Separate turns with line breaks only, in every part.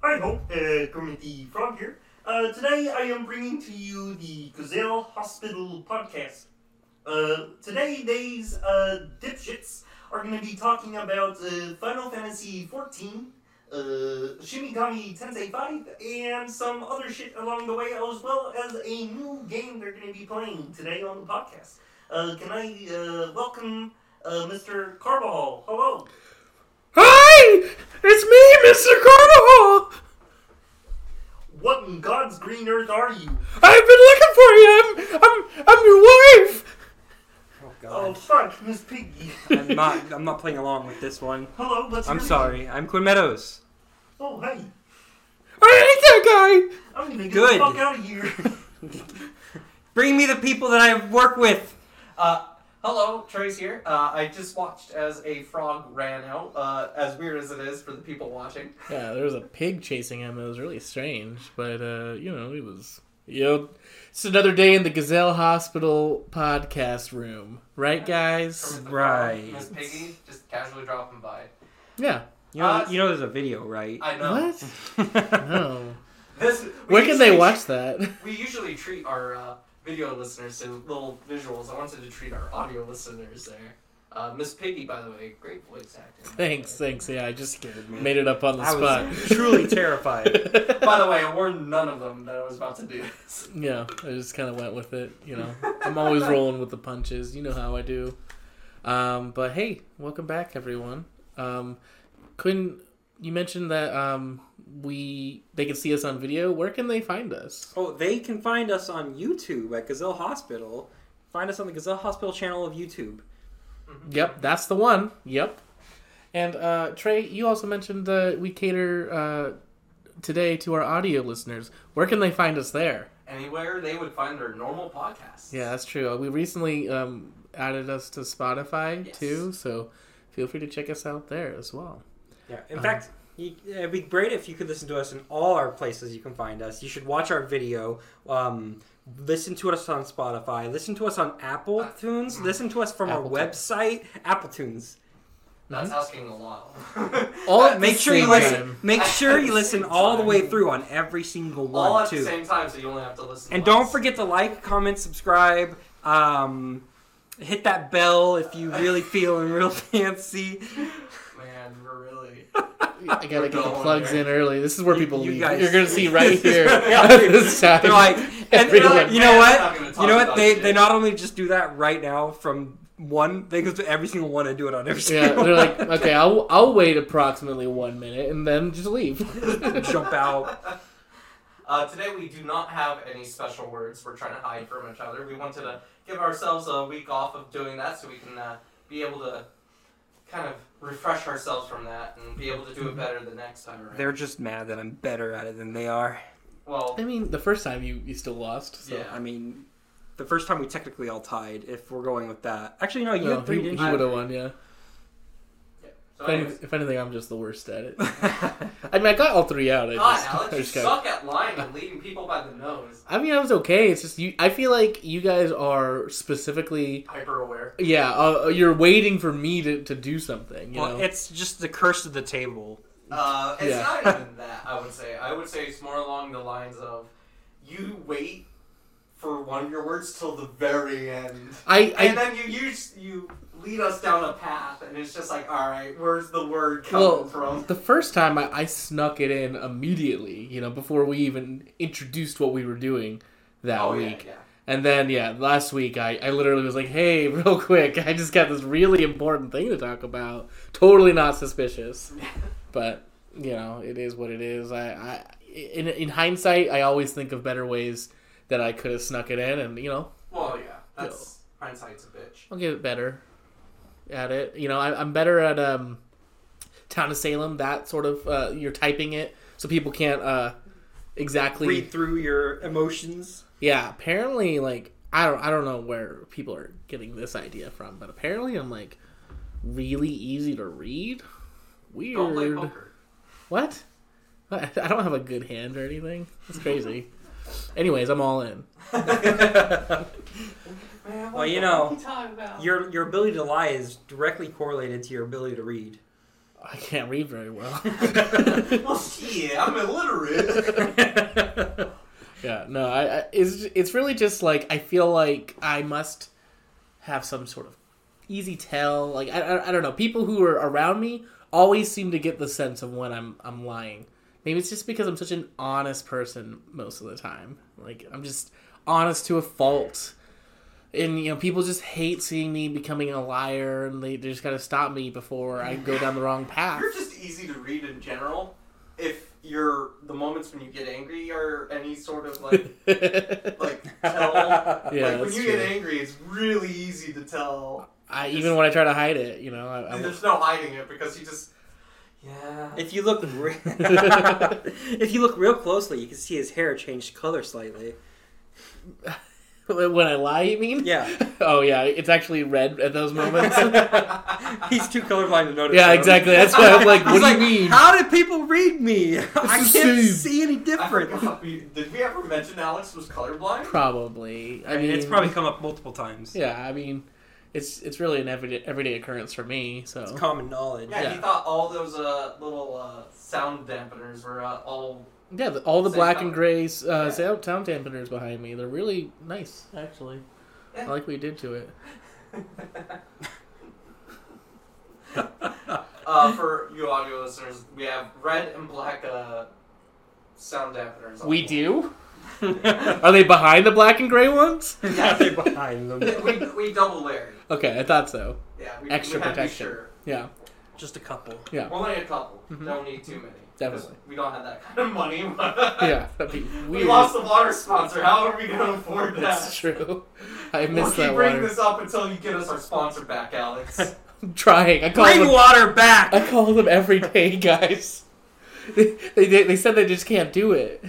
Brian Hope, uh, Kermit the Frog here. Uh, today I am bringing to you the Gazelle Hospital podcast. Uh, today, these uh, dipshits are going to be talking about uh, Final Fantasy XIV, uh, Shimigami Tensei 5, and some other shit along the way, as well as a new game they're going to be playing today on the podcast. Uh, can I uh, welcome uh, Mr. Carball? Hello.
Hi! It's me, Mr. Carnival!
What in God's green earth are you?
I've been looking for you! I'm, I'm, I'm your wife!
Oh
Oh
god.
fuck, Miss Piggy.
I'm not I'm not playing along with this one.
Hello, what's
I'm
your
sorry. I'm Quinn Meadows.
name? Oh hey,
I hate that guy!
I'm gonna get the
Good.
fuck out of here.
Bring me the people that I work with.
Uh, hello, Trace here. Uh, I just watched as a frog ran out. Uh, as weird as it is for the people watching.
Yeah, uh, there was a pig chasing him. It was really strange, but, uh, you know, it was. You know, it's another day in the Gazelle Hospital podcast room. Right, guys?
Right.
Miss Piggy just casually dropping by.
Yeah.
You know, you know there's a video, right?
I know.
What? No.
This. we
Where can they
usually-
watch that?
We usually treat our uh, video listeners to little visuals. I wanted to treat our audio listeners there. Uh, Miss Piggy, by the way, great voice acting.
Thanks, thanks. Yeah, I just made it up on the
I
spot.
was truly terrified.
By the way, I warned none of them that I was about to do this.
Yeah, I just kind of went with it. You know, I'm always rolling with the punches. You know how I do. Um, but hey, welcome back, everyone. Um, Quinn, you mentioned that um, we they can see us on video. Where can they find us?
Oh, they can find us on YouTube at Gazelle Hospital. Find us on the Gazelle Hospital channel of YouTube.
Yep, that's the one. Yep. And uh, Trey, you also mentioned uh, we cater uh, today to our audio listeners. Where can they find us there?
Anywhere they would find their normal podcast.
Yeah, that's true. Uh, We recently um, added us to Spotify
Yes.
too, so feel free to check us out there as well.
Yeah. In fact, you, uh, it'd be great if you could listen to us in all our places you can find us. You should watch our video. Um, listen to us on Spotify. Listen to us on Apple Tunes. Listen to us from
Uh, Apple
our
Tunes.
website, Apple Tunes.
That's asking a lot.
Mm-hmm. All
That-
at
Make
the
sure you
same
listen.
time.
Make sure
At
you
the
listen
same
all the way
time.
through on every single one
all at
too.
the same time, so you only have to listen.
and
once.
don't forget to like, comment, subscribe. Um, hit that bell if you really feeling real fancy.
Man, we're really.
I gotta get the
Going
plugs
there.
in early. This is where
You-
people
you
leave.
guys-
You're gonna see right here
Yeah.
at this time.
They're like, and,
Everyone.
they're like, you know
We're not
what?
gonna talk
You know what?
about
They
shit.
they not only just do that right now from one, they go to every single one and do it on every
yeah,
single.
they're like,
one.
okay, I'll I'll wait approximately one minute and then just leave.
jump out.
Uh, today we do not have any special words we're trying to hide from each other. We wanted to give ourselves a week off of doing that so we can uh, be able to kind of refresh ourselves from that and be able to do it
Mm-hmm.
better the next time around.
They're just mad that I'm better at it than they are.
well,
I mean, the first time you you still lost. So.
Yeah.
I mean, the first time we technically all tied. If we're going with that, actually no, Oh, you
No,
had three,
Oh, he,
didn't
would
you?
have won. Yeah.
so
If, any-
anyways,
if anything, I'm just the worst at it. I mean, I got all three out. I
God,
just,
Alex,
I
you
just got-
suck at lying and leading people by the nose.
I mean, I was okay. It's just you. I feel like you guys are specifically,
Hyper aware.
yeah, uh, you're waiting for me to, to do something. You
well,
know?
it's just the curse of the table.
Uh, it's
Yeah.
not even that. I would say. I would say it's more along the lines of you wait for one of your words till the very end,
I, I
and then you use you lead us down a path, and it's just like, all right, where's the word coming
Well,
from?
the first time I, I snuck it in immediately, you know, before we even introduced what we were doing that
oh
week.
yeah,
And then, yeah, last week I, I literally was like, hey, real quick, I just got this really important thing to talk about. Totally not suspicious.
yeah.
But, you know, it is what it is. I, I in, in hindsight, I always think of better ways that I could have snuck it in. And, you know,
well, yeah. That's hindsight's a bitch.
I'll get better at it. You know, I, I'm better at um, Town of Salem. That sort of uh, you're typing it so people can't uh, exactly.
Read through your emotions.
Yeah, apparently, like I don't, I don't know where people are getting this idea from, but apparently, I'm like really easy to read. Weird.
Don't play poker.
What? I I don't have a good hand or anything. It's crazy. Anyways, I'm all in.
Man,
Well, you know,
talking about?
Your your ability to lie is directly correlated to your ability to read.
I can't read very well.
well, yeah, I'm illiterate.
yeah, no, I, I it's it's really just like I feel like I must have some sort of easy tell. Like I, I, I don't know, people who are around me always seem to get the sense of when I'm I'm lying. Maybe it's just because I'm such an honest person most of the time. Like I'm just honest to a fault. And you know, people just hate seeing me becoming a liar, and they they just gotta stop me before I go down the wrong path.
You're just easy to read in general. If you're the moments when you get angry are any sort of like like tell.
Yeah,
like when
that's
you
true.
get angry, it's really easy to tell.
I even when I try to hide it, you know, I, I
There's no hiding it because you just yeah.
If you look, re- if you look real closely, you can see his hair changed color slightly.
when I lie, you mean?
Yeah.
Oh yeah, it's actually red at those moments.
He's too colorblind to notice.
yeah,
that.
exactly. That's why I'm like,
He's
what do
like,
you mean?
How did people read me? I
is
can't
Steve.
see any
I
different.
forgot we- Did we ever mention Alex was colorblind?
Probably. I mean,
it's probably come up multiple times.
Yeah, I mean, it's it's really an everyday everyday occurrence for me.
It's
So
common knowledge.
Yeah,
Yeah.
he thought all those uh, little uh, sound dampeners were uh, all.
yeah, the, all the
Same
black
color.
and grays uh,
Yeah.
sound sound dampeners behind me—they're really nice, actually.
Yeah.
I like what you did to it.
Uh, for you audio listeners, we have red and black uh, sound dampeners. on
We
the
do. Are they behind the black and gray ones?
Yeah, they're behind them.
wall. we, we double layer.
Okay, I thought so.
Yeah, we,
Extra
we had to be
protection.
Sure.
Yeah,
Just a couple.
yeah,
Only a couple.
Mhm.
Don't need too many. 'Cause
Definitely.
We don't have that kind of money.
yeah. That'd be
we
weird.
lost the water sponsor. How are we going to afford that?
That's true. I
We'll
missed
keep
that
bringing
water.
this up until you get us our sponsor back, Alex.
I'm trying. I call
Bring
them.
water back.
I call them every day, guys. They, they they said they just can't do it.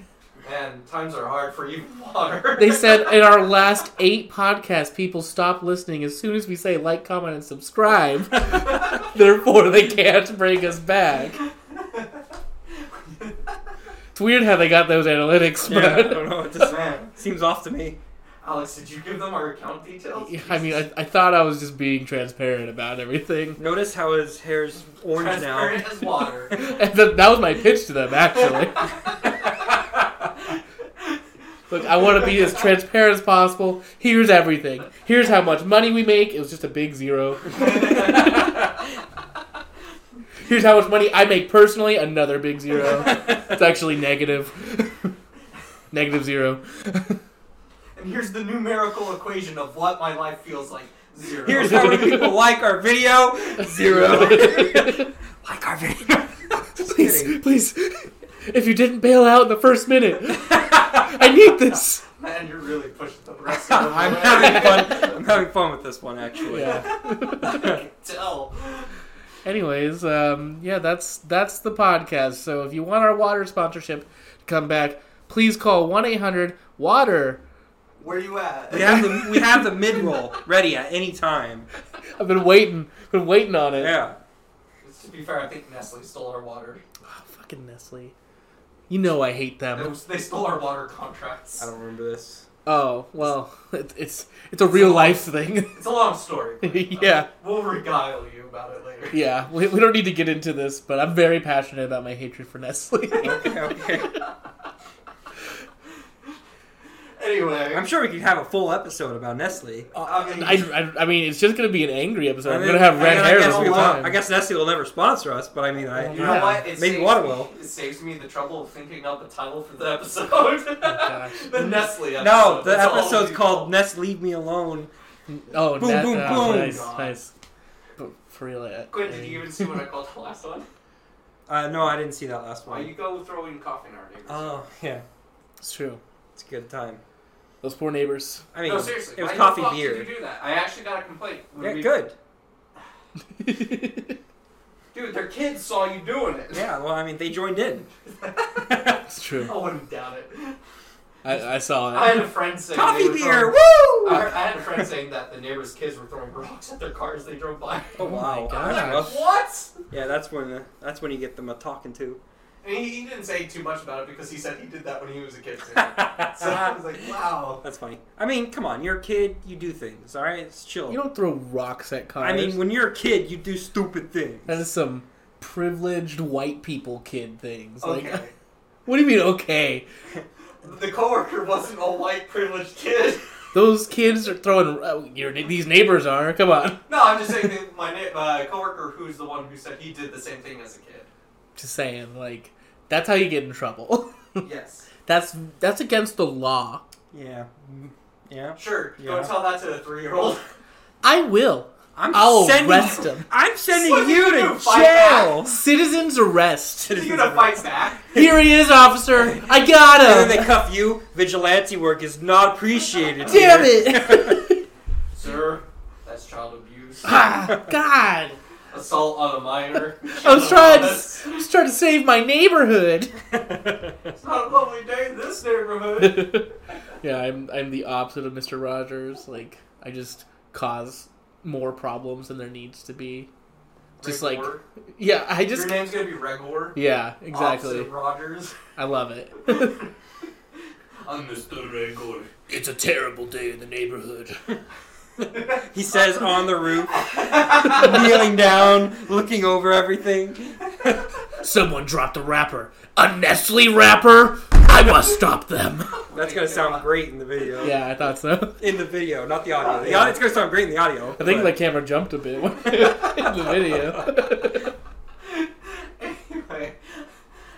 Man, times are hard for you, water.
They said in our last eight podcasts, people stop listening as soon as we say like, comment, and subscribe. Therefore, they can't bring us back. It's weird how they got those analytics,
Yeah, I
but
don't know. It just
Man,
seems off to me.
Alex, did you give them our account details?
I mean, I, I thought I was just being transparent about everything.
Notice how his hair's orange now.
transparent as water.
And th- that was my pitch to them, actually. Look, I want to be as transparent as possible. Here's everything. Here's how much money we make. It was just a big zero. Here's how much money I make personally. Another big zero. It's actually negative. negative zero.
and here's the numerical equation of what my life feels like. Zero.
Here's how many people like our video. Zero. like our video. Just
please,
kidding.
please. If you didn't bail out in the first minute, I need this.
Man, you're really pushing the rest of the
I'm
way.
having fun. I'm having fun with this one actually.
Yeah.
I can tell.
Anyways, um, yeah, that's that's the podcast. So if you want our water sponsorship to come back, please call one eight hundred water.
Where you at?
We have the we have the mid roll ready at any time.
I've been waiting, been waiting on it.
Yeah.
To be fair, I think Nestle stole our water.
Oh, fucking Nestle, you know I hate
They,
them.
they stole our water contracts.
I don't remember this.
Oh well, it, it's it's a real life thing.
It's a long story. but, uh,
Yeah.
We'll regale you about it later.
yeah, we, we don't need to get into this, but I'm very passionate about my hatred for Nestle.
Okay, okay.
Anyway,
I'm sure we could have a full episode about Nestle.
I mean,
I, I, I mean, it's just gonna be an angry episode. I am
mean,
gonna have
I
red
mean, I
hair
guess
the
we
whole
won't-
time.
I guess Nestle will never sponsor us, but I mean, I,
you know what?
Maybe
saves
water
me-
will.
It saves me the trouble of thinking up a title for the episode.
Gosh.
the Nestle episode.
Oh, No, the
That's all
episode's
we-
called Nest Leave Me Alone.
Oh,
Boom,
that,
boom,
that,
boom.
Nice,
God.
nice. But for real, I-
Quinn,
I
did
mean-
you even see what I called the last one?
Uh, no, I didn't see that last
Why you
one.
go throwing coffee in our neighbors?
Oh, yeah.
It's true.
It's a good time.
Those poor neighbors.
I mean,
no, seriously.
it was
why
coffee
the fuck
beer.
Did you do that? I actually got a complaint. when
yeah,
we-
good.
it's
Dude, their kids saw you doing it.
Yeah, well, I mean, they joined in.
true.
I wouldn't doubt it.
I, I
I
saw
had
it.
a friend saying they
Coffee
were Uh,
beer,
throwing-
woo!
I, heard- I had a friend saying that the neighbors' kids were throwing rocks at their cars they drove by.
oh,
my
wow.
gosh.
That's rough.
What?
Yeah, that's when uh, that's when you get them a talking to.
And he, he didn't say too much about it because he said he did that when he was a kid. Too. so I was like, wow.
That's funny. I mean, come on, you're a kid, you do things, all right? It's chill.
You don't throw rocks at cars.
I mean, when you're a kid, you do stupid things.
that is some privileged white people kid things. Like,
Okay.
what do you mean okay?
The coworker wasn't a white privileged kid.
Those kids are throwing. Uh, your, these neighbors are. Come on.
No, I'm just saying that my na- uh, coworker, who's the one who said he did the same thing as a kid.
Just saying. Like that's how you get in trouble.
Yes.
that's that's against the law.
Yeah. Mm, Yeah.
Sure.
Yeah.
Go tell that to a three-year-old.
I will.
I'm
I'll
sending
arrest him.
I'm sending
What did
you
you
to
do, fight
jail.
Citizens arrest.
He's gonna fight back.
Here he is, officer. I got
And then they
him.
cuff you. Vigilante work is not appreciated.
Damn
here.
it.
Sir, that's child abuse.
ah, God.
Assault on a minor.
I was trying to, I was trying to save my neighborhood.
It's not a lovely day in this neighborhood.
yeah, I'm I'm the opposite of Mr. Rogers. Like I just cause more problems than there needs to be. Just like
Rigor.
yeah, I
your
just
name's gonna be Regor.
yeah, exactly.
Officer Rogers.
I love it.
I'm Mr. Regor.
it's a terrible day in the neighborhood.
He says on the roof, kneeling down, looking over everything.
Someone dropped a wrapper. A Nestle wrapper. I must stop them.
That's gonna sound great in the video.
Yeah, I thought so.
In the video, not the audio. The
Yeah.
audio, it's gonna sound great in the audio.
I
but-
think the camera jumped a bit in the video.
Anyway,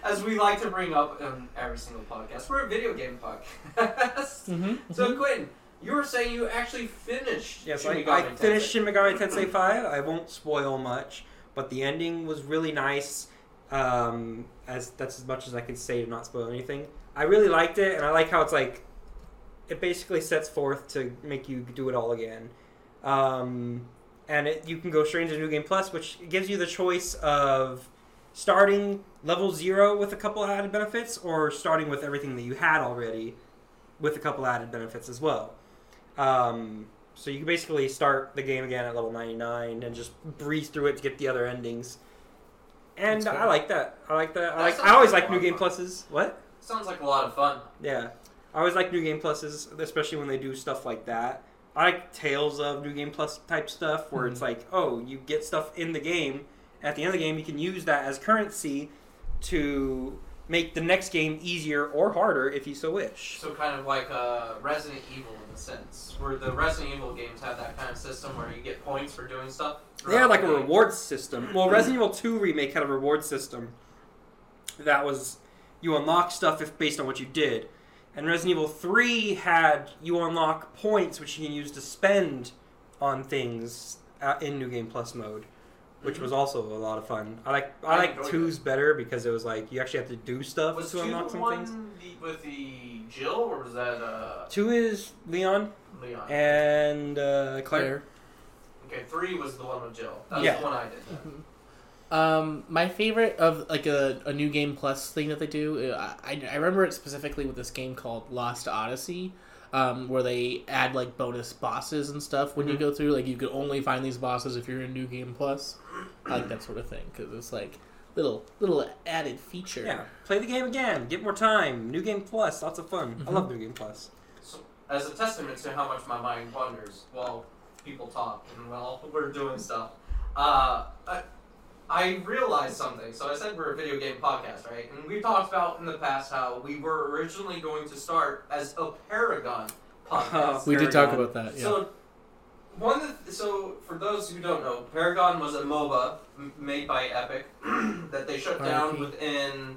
as we like to bring up on every single podcast, we're a video game podcast.
Mm-hmm.
So Quinn, you were saying you actually finished.
Mm-hmm. Yes,
Shin
I,
Megami
I
Tensei.
finished Shin Megami Tensei 5. I won't spoil much, but the ending was really nice. Um, as that's as much as I can say to not spoil anything. I really liked it, and I like how it's like it basically sets forth to make you do it all again. Um, and it, you can go straight into New Game Plus, which gives you the choice of starting level zero with a couple added benefits, or starting with everything that you had already with a couple added benefits as well. Um, so you can basically start the game again at level 99 and just breeze through it to get the other endings. And
That's fair.
I like that. I like that. I,
That
like,
sounds
I always
like
like
a
New
lot
Game
of fun.
Pluses. What?
Sounds like a lot of fun.
Yeah. I always like New Game Pluses, especially when they do stuff like that. I like Tales of New Game Plus type stuff where it's like, oh, you get stuff in the game. At the end of the game, you can use that as currency to make the next game easier or harder if you so wish.
So kind of like uh, Resident Evil in a sense, where the Resident Evil games have that kind of system where you get points for doing stuff.
They had like a
throughout the game.
reward system. Well, Resident Evil 2 remake had a reward system that was you unlock stuff if based on what you did. And Resident Evil 3 had you unlock points which you can use to spend on things uh, in New Game Plus mode, which was also a lot of fun. I like I
Mm-hmm. I
like
enjoyed
2's better because it was like you actually have to do stuff
Was
to
two
unlock
the
some
one
things.
the- with the Jill, or was that uh,
2 is Leon
Leon?
Eh. and uh, Claire.
okay, three was the one with Jill. That
Yeah.
was the one I did.
Um, my favorite of like a, a new game plus thing that they do, uh, I, I remember it specifically with this game called Lost Odyssey, um, where they add like bonus bosses and stuff when you
Mm-hmm.
go through. Like you could only find these bosses if you're in new game plus, I like that sort of thing because it's like little little added feature.
Yeah, play the game again, get more time, new game plus, lots of fun. I love new game plus.
as a testament to how much my mind wanders while people talk and while we're doing stuff. Uh, I, I realized something. So I said we're a video game podcast, right? And we talked about in the past how we were originally going to start as a Paragon podcast.
we did talk
Paragon.
about that. Uh, Yeah,
So one of the, so for those who don't know, Paragon was a MOBA m- made by Epic that they shut down
RIP.
within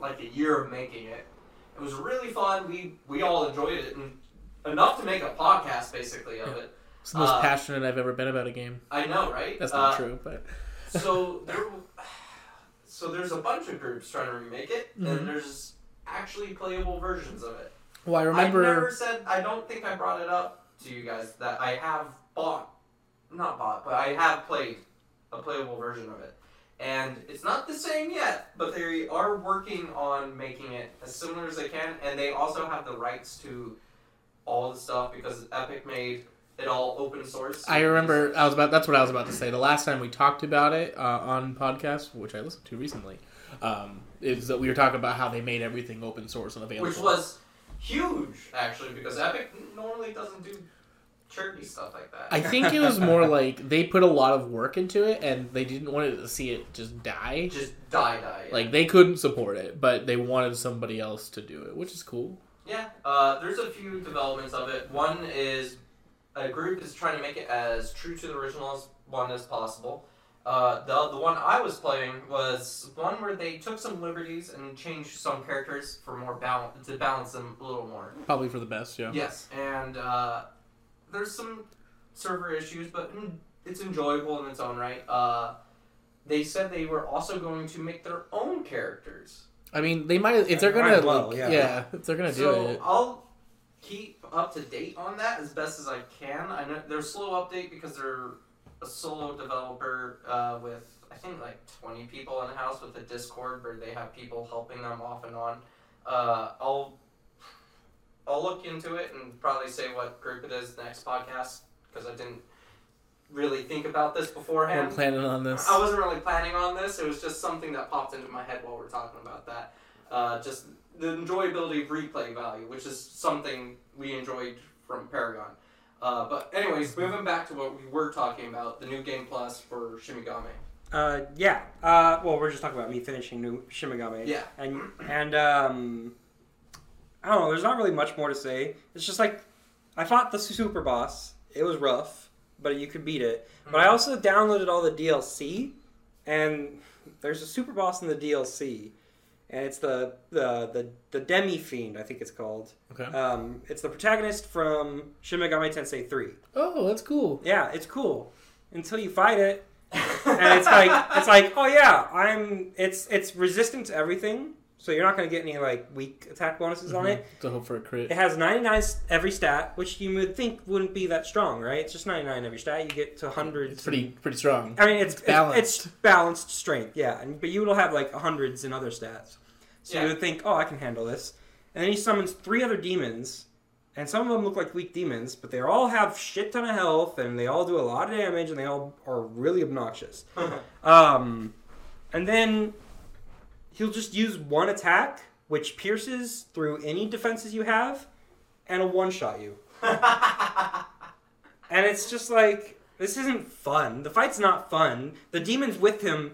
like a year of making it. It was really fun. We we all enjoyed it and enough to make a podcast basically of it.
it's the most
uh,
passionate I've ever been about a game.
I know, right?
That's not
Uh,
true, but
so there, so there's a bunch of groups trying to remake it,
Mhm.
and there's actually playable versions of it.
well, I
I
remember.
never said. I don't think I brought it up to you guys that I have bought, not bought, but I have played a playable version of it, and it's not the same yet. But they are working on making it as similar as they can, and they also have the rights to all the stuff because Epic made it all open source.
I remember I was about that's what I was about to say. The last time we talked about it uh, on podcast, which I listened to recently, um, is that we were talking about how they made everything open source and available.
which was huge actually because Epic normally doesn't do chirpy stuff like that.
I think it was more like they put a lot of work into it and they didn't want to see it just die.
just die die. yeah.
Like they couldn't support it, but they wanted somebody else to do it, which is cool.
Yeah, uh, there's a few developments of it. One is a group is trying to make it as true to the original as one as possible. Uh, the the one I was playing was one where they took some liberties and changed some characters for more balance to balance them a little more.
Probably for the best, yeah.
Yes, and uh, there's some server issues, but mm, it's enjoyable in its own right. Uh, they said they were also going to make their own characters.
I mean, they might if they're
Might
gonna
as well,
like, yeah.
yeah.
if they're gonna
so
do it.
I'll keep up to date on that as best as I can. I know they're slow update because they're a solo developer uh, with I think like 20 people in the house with a Discord where they have people helping them off and on. Uh, I'll I'll look into it and probably say what group it is next podcast because I didn't really think about this
I am
beforehand.
planning on this.
I wasn't really planning on this. It was just something that popped into my head while we are talking about that. Uh, just the enjoyability of replay value, which is something we enjoyed from Paragon. Uh, but anyways, moving back to what we were talking about, the new game plus for Shimigami.
Uh, yeah. Uh, well, we're just talking about me finishing New Shimigami.
Yeah.
And and um, I don't know. There's not really much more to say. It's just like I fought the super boss. It was rough, but you could beat it. But I also downloaded all the DLC, and there's a super boss in the DLC, and it's the the the, the demi fiend. I think it's called.
Okay.
Um, it's the protagonist from Shimigami Tensei Three.
Oh, that's cool.
Yeah, it's cool until you fight it and it's like it's like oh yeah i'm it's it's resistant to everything so you're not going to get any like weak attack bonuses on it
To hope for a crit.
it has 99 s- every stat which you would think wouldn't be that strong right it's just 99 every stat you get to 100
It's pretty pretty strong.
i mean it's, it's
balanced.
balanced it's, balanced strength yeah and, but you will have like hundreds in other stats so
Yeah.
you would think oh i can handle this and then he summons three other demons and some of them look like weak demons but they all have shit ton of health and they all do a lot of damage and they all are really obnoxious um, and then he'll just use one attack, which pierces through any defenses you have, and a one shot you. And it's just like this isn't fun. The fight's not fun. The demons with him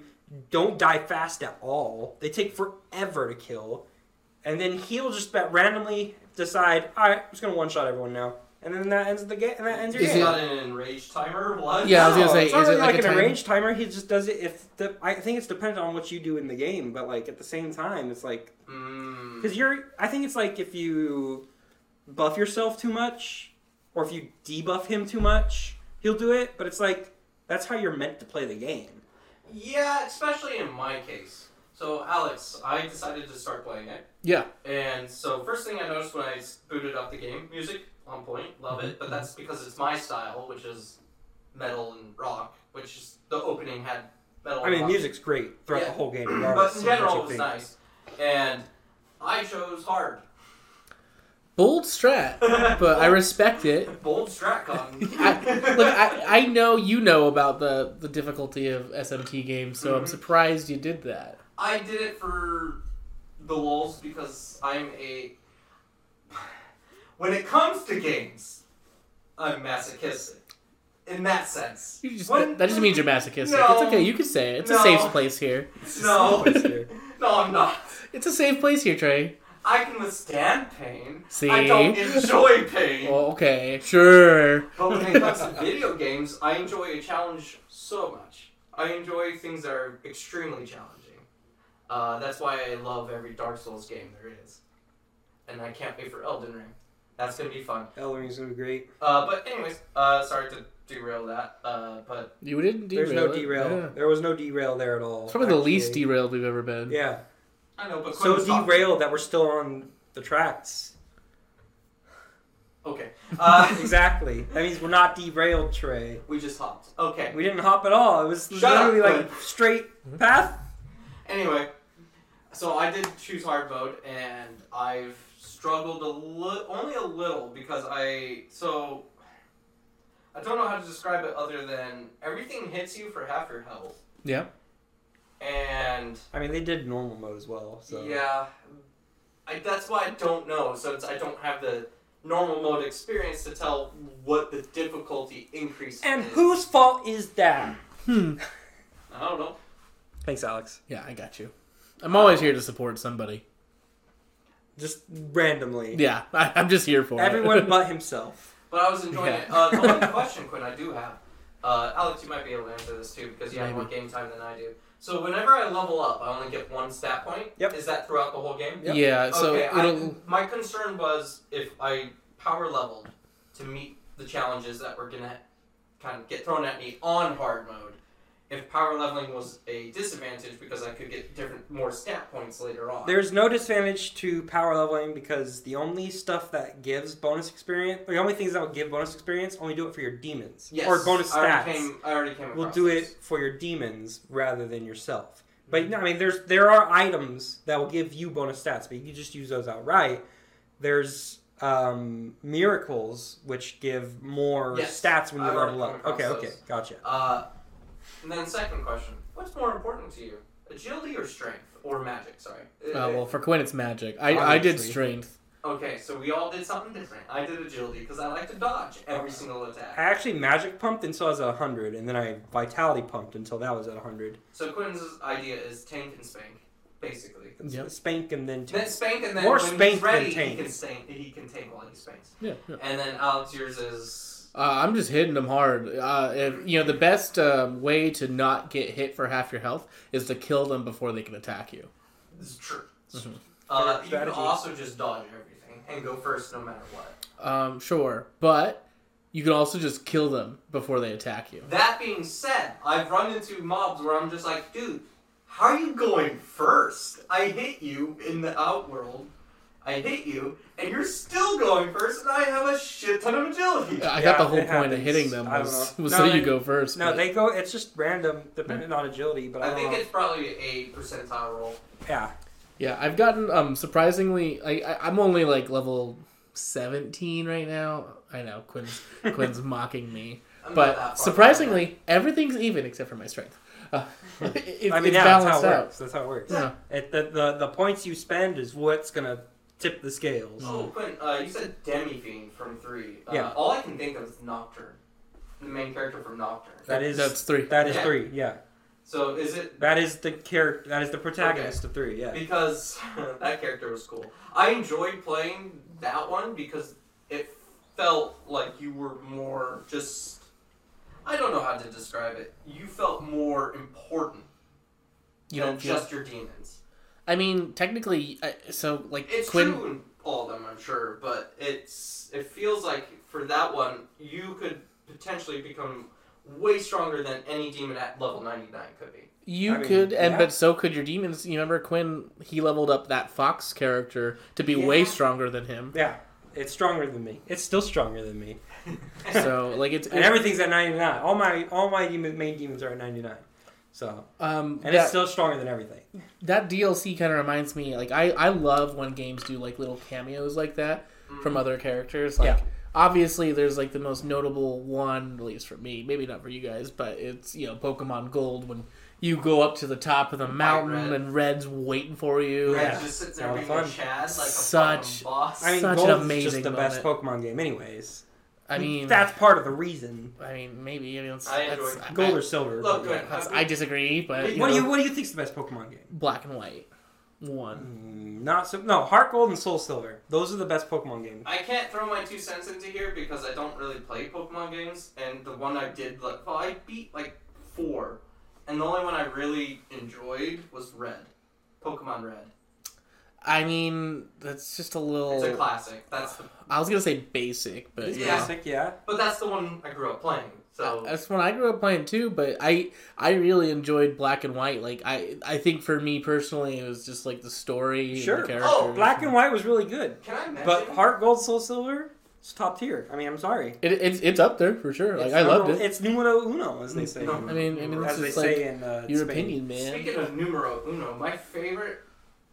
don't die fast at all. They take forever to kill, and then he'll just about randomly decide, all right, I'm just gonna one shot everyone now, and then that ends the game. And that ends your
He's
game.
got an enraged timer. What?
Yeah, I was gonna
No,
say,
it's not
is it
really
like
like,
a
an
time-
arranged timer. He just does it if the. I think it's dependent on what you do in the game, but like at the same time, it's like
Mm,
because you're. I think it's like if you buff yourself too much, or if you debuff him too much, he'll do it. But it's like that's how you're meant to play the game.
yeah, especially in my case. So Alex, I decided to start playing it.
Yeah.
And so first thing I noticed when I s- booted up the game, music on point, love
Mm-hmm.
it. But that's because it's my style, which is metal and rock, which is the opening had metal.
I
and
mean,
rock.
music's great throughout
Yeah.
the whole game,
But
regardless.
in
of what
general,
you
it was
think.
nice. And I chose hard.
Bold strat, but I respect it.
Bold Stratcon.
I, look, I, I know you know about the, the difficulty of SMT games, so I'm
Mhm.
surprised you did that.
I did it for the lulz because I'm a. When it comes to games, I'm masochistic. In that sense.
You just,
When-
that just means you're masochistic.
No.
It's okay. You can say it. It's a
No.
safe place here.
No,
It's here.
no, I'm not.
It's a safe place here, Trey.
I can withstand pain.
See?
I don't enjoy pain.
Well, okay, sure.
But when it comes to video games, I enjoy a challenge so much. I enjoy things that are extremely challenging. Uh, that's why I love every Dark Souls game there is. And I can't wait for Elden Ring. That's going to be fun.
Elden Ring's gonna be great.
Uh, but, anyways, uh, sorry to derail that. Uh, but
you didn't derail.
There's no
it.
derail.
Yeah.
There was no derail there at all.
It's probably the least
actually.
derailed we've ever been.
Yeah.
I know, but Quinn
So
was talking.
derailed that we're still on the tracks.
Okay. Uh,
exactly. That means we're not derailed, Trey.
we just hopped. Okay.
We didn't hop at all. It was
Shut
literally
up,
like straight
Mm-hmm.
path.
Anyway, so I did choose hard mode, and I've struggled a li- only a little because I so I don't know how to describe it other than everything hits you for half your health.
Yeah.
And
I mean, they did normal mode as well. So
yeah, I, that's why I don't know. So it's, I don't have the normal mode experience to tell what the difficulty increase
And
is.
whose fault is that?
I don't know.
Thanks, Alex.
Hmm. Yeah, I got you. I'm always here to support somebody.
Just randomly.
Yeah, I, I'm just here for it.
Everyone but himself.
But I was enjoying it.
Yeah.
Uh, the one question, Quinn, I do have. Uh, Alex, you might be able to answer this too because you have
Maybe.
more game time than I do. So whenever I level up, I only get one stat point.
Yep.
Is that throughout the whole game?
Yep.
Yeah, so
okay. I-
it'll. uh,
my concern was if I power leveled to meet the challenges that were gonna kind of get thrown at me on hard mode. If power leveling was a disadvantage because I could get different more stat points later on.
There's no disadvantage to power leveling because the only stuff that gives bonus experience, the only things that will give bonus experience, only do it for your demons
yes,
or bonus
I
stats.
already came, I already came
will
across
do
this.
it for your demons rather than yourself.
Mm-hmm.
But no, I mean, there's there are items that will give you bonus stats, but you can just use those outright. There's um, miracles which give more
Yes,
stats when you
I've
level
already
up.
come
Okay,
across
okay,
those.
gotcha.
Uh, and then second question: What's more important to you, agility or strength or magic? Sorry.
Uh, well, for Quinn, it's magic. I, I did
Obviously.
strength.
Okay, so we all did something different. I did agility because I like to dodge every single
I
attack.
actually magic pumped until I was at 100, and then I vitality pumped until that was at 100.
So Quinn's idea is tank and spank, basically.
Yep.
Spank and then.
Then spank and then
More
when
spank
he's
than
ready,
tank.
he can spank. He can tank while he spanks.
Yeah, yeah.
And then Alex, yours is
Uh, I'm just hitting them hard. Uh, if, you know, the best um, way to not get hit for half your health is to kill them before they can attack you.
is true.
Mm-hmm.
Mhm.
Uh, you can
Strategy.
also just dodge everything and go first no matter what.
Um, sure, but you can also just kill them before they attack you.
That being said, I've run into mobs where I'm just like, dude, how are you going first? I hit you in the outworld. I hit you, and you're still going first, and I have a shit ton of agility.
I
Yeah,
got the whole
it
point of
happens.
hitting them
I don't
was,
know.
was
No,
so
they-
you go first.
No,
but-
they go. It's just random, dependent on agility. But I,
I
don't
think
know.
it's probably a percentile roll.
yeah.
Yeah, I've gotten um surprisingly. I, I I'm only like level seventeen right now. I know Quinn's Quinn's mocking me,
I'm not that far
but
behind.
surprisingly, everything's even except for my strength. Uh, it,
I mean,
it's
yeah, that's how
balanced
it
out.
works. That's how it works.
Yeah.
It, the, the the points you spend is what's gonna tip the scales.
Oh, Quinn, uh, you said Demi Fiend from three. Uh,
Yeah.
All I can think of is Nocturne, the main character from Nocturne.
That is
That's three.
That is
Yeah.
three. Yeah,
So is it
that is the character. That is the protagonist of three. Yeah,
because that character was cool? I enjoyed playing that one because it felt like you were more just. I don't know how to describe it. You felt more important
you
than
don't feel.
just your demons.
I mean, technically, I, so like
It's
Quinn.
true in all of them, I'm sure, but it's it feels like for that one, you could potentially become way stronger than any demon at level 99 could be.
You
I mean,
could, and
yeah.
but so could your demons. You remember Quinn? He leveled up that fox character to be
Yeah.
way stronger than him.
yeah. It's stronger than me. It's still stronger than me.
So like it's
And everything's at ninety nine. All my all my demon, main demons are at ninety nine. So
um
and
that,
it's still stronger than everything.
that DLC kind of reminds me. Like I I love when games do like little cameos like that from other characters. Like
Mm. Yeah.
obviously there's like the most notable one at least for me, maybe not for you guys, but it's you know Pokemon Gold when you go up to the top of the mountain
Red.
and Red's waiting for you.
Right,
Yeah.
Mm. just sitting there
Sounds
being
fun.
a Chad, like a
Such-
fucking boss.
I mean,
Such an
Gold's
amazing
just the best Pokemon game, anyways.
I mean
Mm, that's part of the reason.
I mean maybe I mean it's,
I enjoy
that's- I,
Gold or silver.
Look,
but yeah.
good.
that's- I disagree, but you
What do
know,
you what do you think's the best Pokemon game?
black and white one.
Hmm,
Mm, Not so. No, Heart Gold and Soul Silver. Those are the best Pokemon games.
I can't throw my two cents into here because I don't really play Pokemon games, and the one I did, like, well, I beat like four, and the only one I really enjoyed was Red, Pokemon Red.
I mean that's just a little.
It's a classic. That's the,
I was gonna say basic, but
It's
yeah.
classic, yeah.
but that's the one I grew up playing. So
That's when I grew up playing too, but I I really enjoyed Black and White. Like I I think for me personally, it was just like the story,
Sure.
and
Oh,
the characters.
Black and White was really good,
can I mention?
but Heart Gold, Soul Silver, it's top tier. I mean, I'm sorry.
It, it's it's up there for sure. Like
It's
I loved
number-
it.
It's numero uno, as they say.
No.
I mean, I mean,
As
it's
they
just
say
like
in uh,
your
Spain.
opinion, man.
Speaking of numero uno, my favorite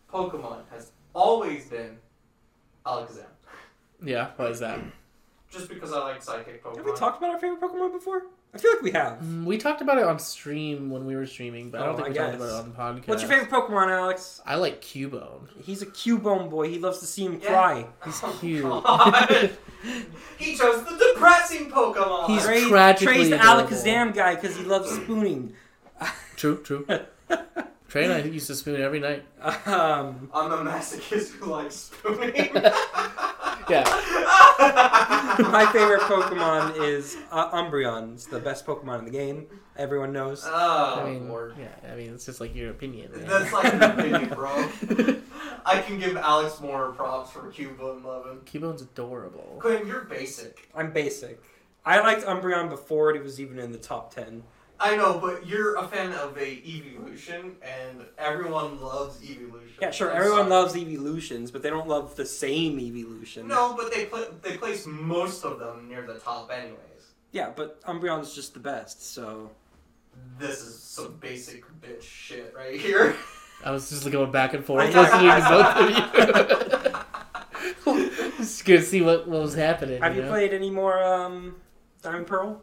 Pokemon has always been Alakazam.
Yeah, why is that?
Just because I like psychic Pokemon.
Have we talked about our favorite Pokemon before? I feel like we have.
Mm, We talked about it on stream when we were streaming, but I don't
Oh,
think
I
we talked
guess.
about it on the podcast.
What's your favorite Pokemon, Alex?
I like Cubone.
He's a Cubone boy. He loves to see him
Yeah.
cry.
He's
Oh,
cute.
God. he chose the depressing Pokemon.
He's
Trey-
tragically
Trey's the
adorable.
Alakazam guy because he loves spooning.
True, true. Trey and I used to spoon every night.
um,
I'm a masochist who likes spooning.
Yeah.
my favorite Pokemon is uh, Umbreon. It's the best Pokemon in the game. Everyone knows.
Oh,
I mean,
Lord.
yeah. I mean, it's just like your opinion. man.
That's like an opinion, bro. I can give Alex more props for Cuba and Levin.
Cubone's adorable.
Quinn, you're basic.
I'm basic. I liked Umbreon before it was even in the top ten.
I know, but you're a fan of a evolution, and everyone loves evolution.
Yeah, sure.
I'm
Everyone
sorry.
loves Evolutions, but they don't love the same Evolution.
No, but they pla they place most of them near the top, anyways.
Yeah, but Umbreon's just the best. So
This is some basic bitch shit right here.
I was just going back and forth
I-
listening to both of you. just gonna see what, what was happening.
have
you
you
know?
played any more um, Diamond Pearl?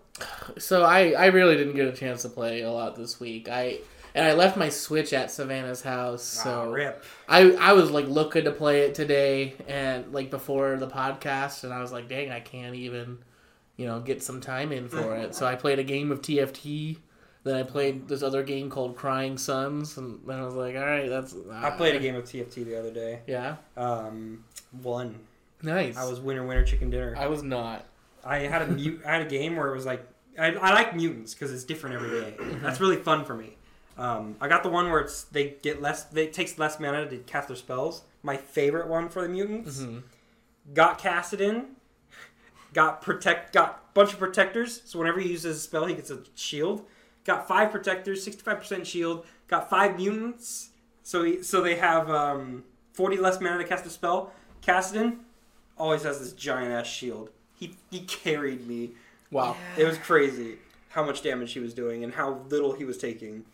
So I, I really didn't get a chance to play a lot this week. I and I left my Switch at Savannah's house,
Ah,
so
rip.
I I was like looking to play it today and like before the podcast, and I was like, dang, I can't even, you know, get some time in for it. So I played a game of TFT. Then I played this other game called Crying Sons, and then I was like, all right, that's.
I played a
uh,
game of TFT the other day.
Yeah,
Um, one.
nice.
I was winner winner chicken dinner.
I was not.
I had a mute. I had a game where it was like I, I like mutants because it's different every day. That's really fun for me. Um, I got the one where it's they get less. They, it takes less mana to cast their spells. My favorite one for the mutants
Mhm.
got casted in. Got protect. Got bunch of protectors. So whenever he uses a spell, he gets a shield. Got five protectors, sixty-five percent shield. Got five mutants. So he, so they have um, forty less mana to cast a spell. Cassidy always has this giant ass shield. He he carried me.
Wow.
It was crazy how much damage he was doing and how little he was taking.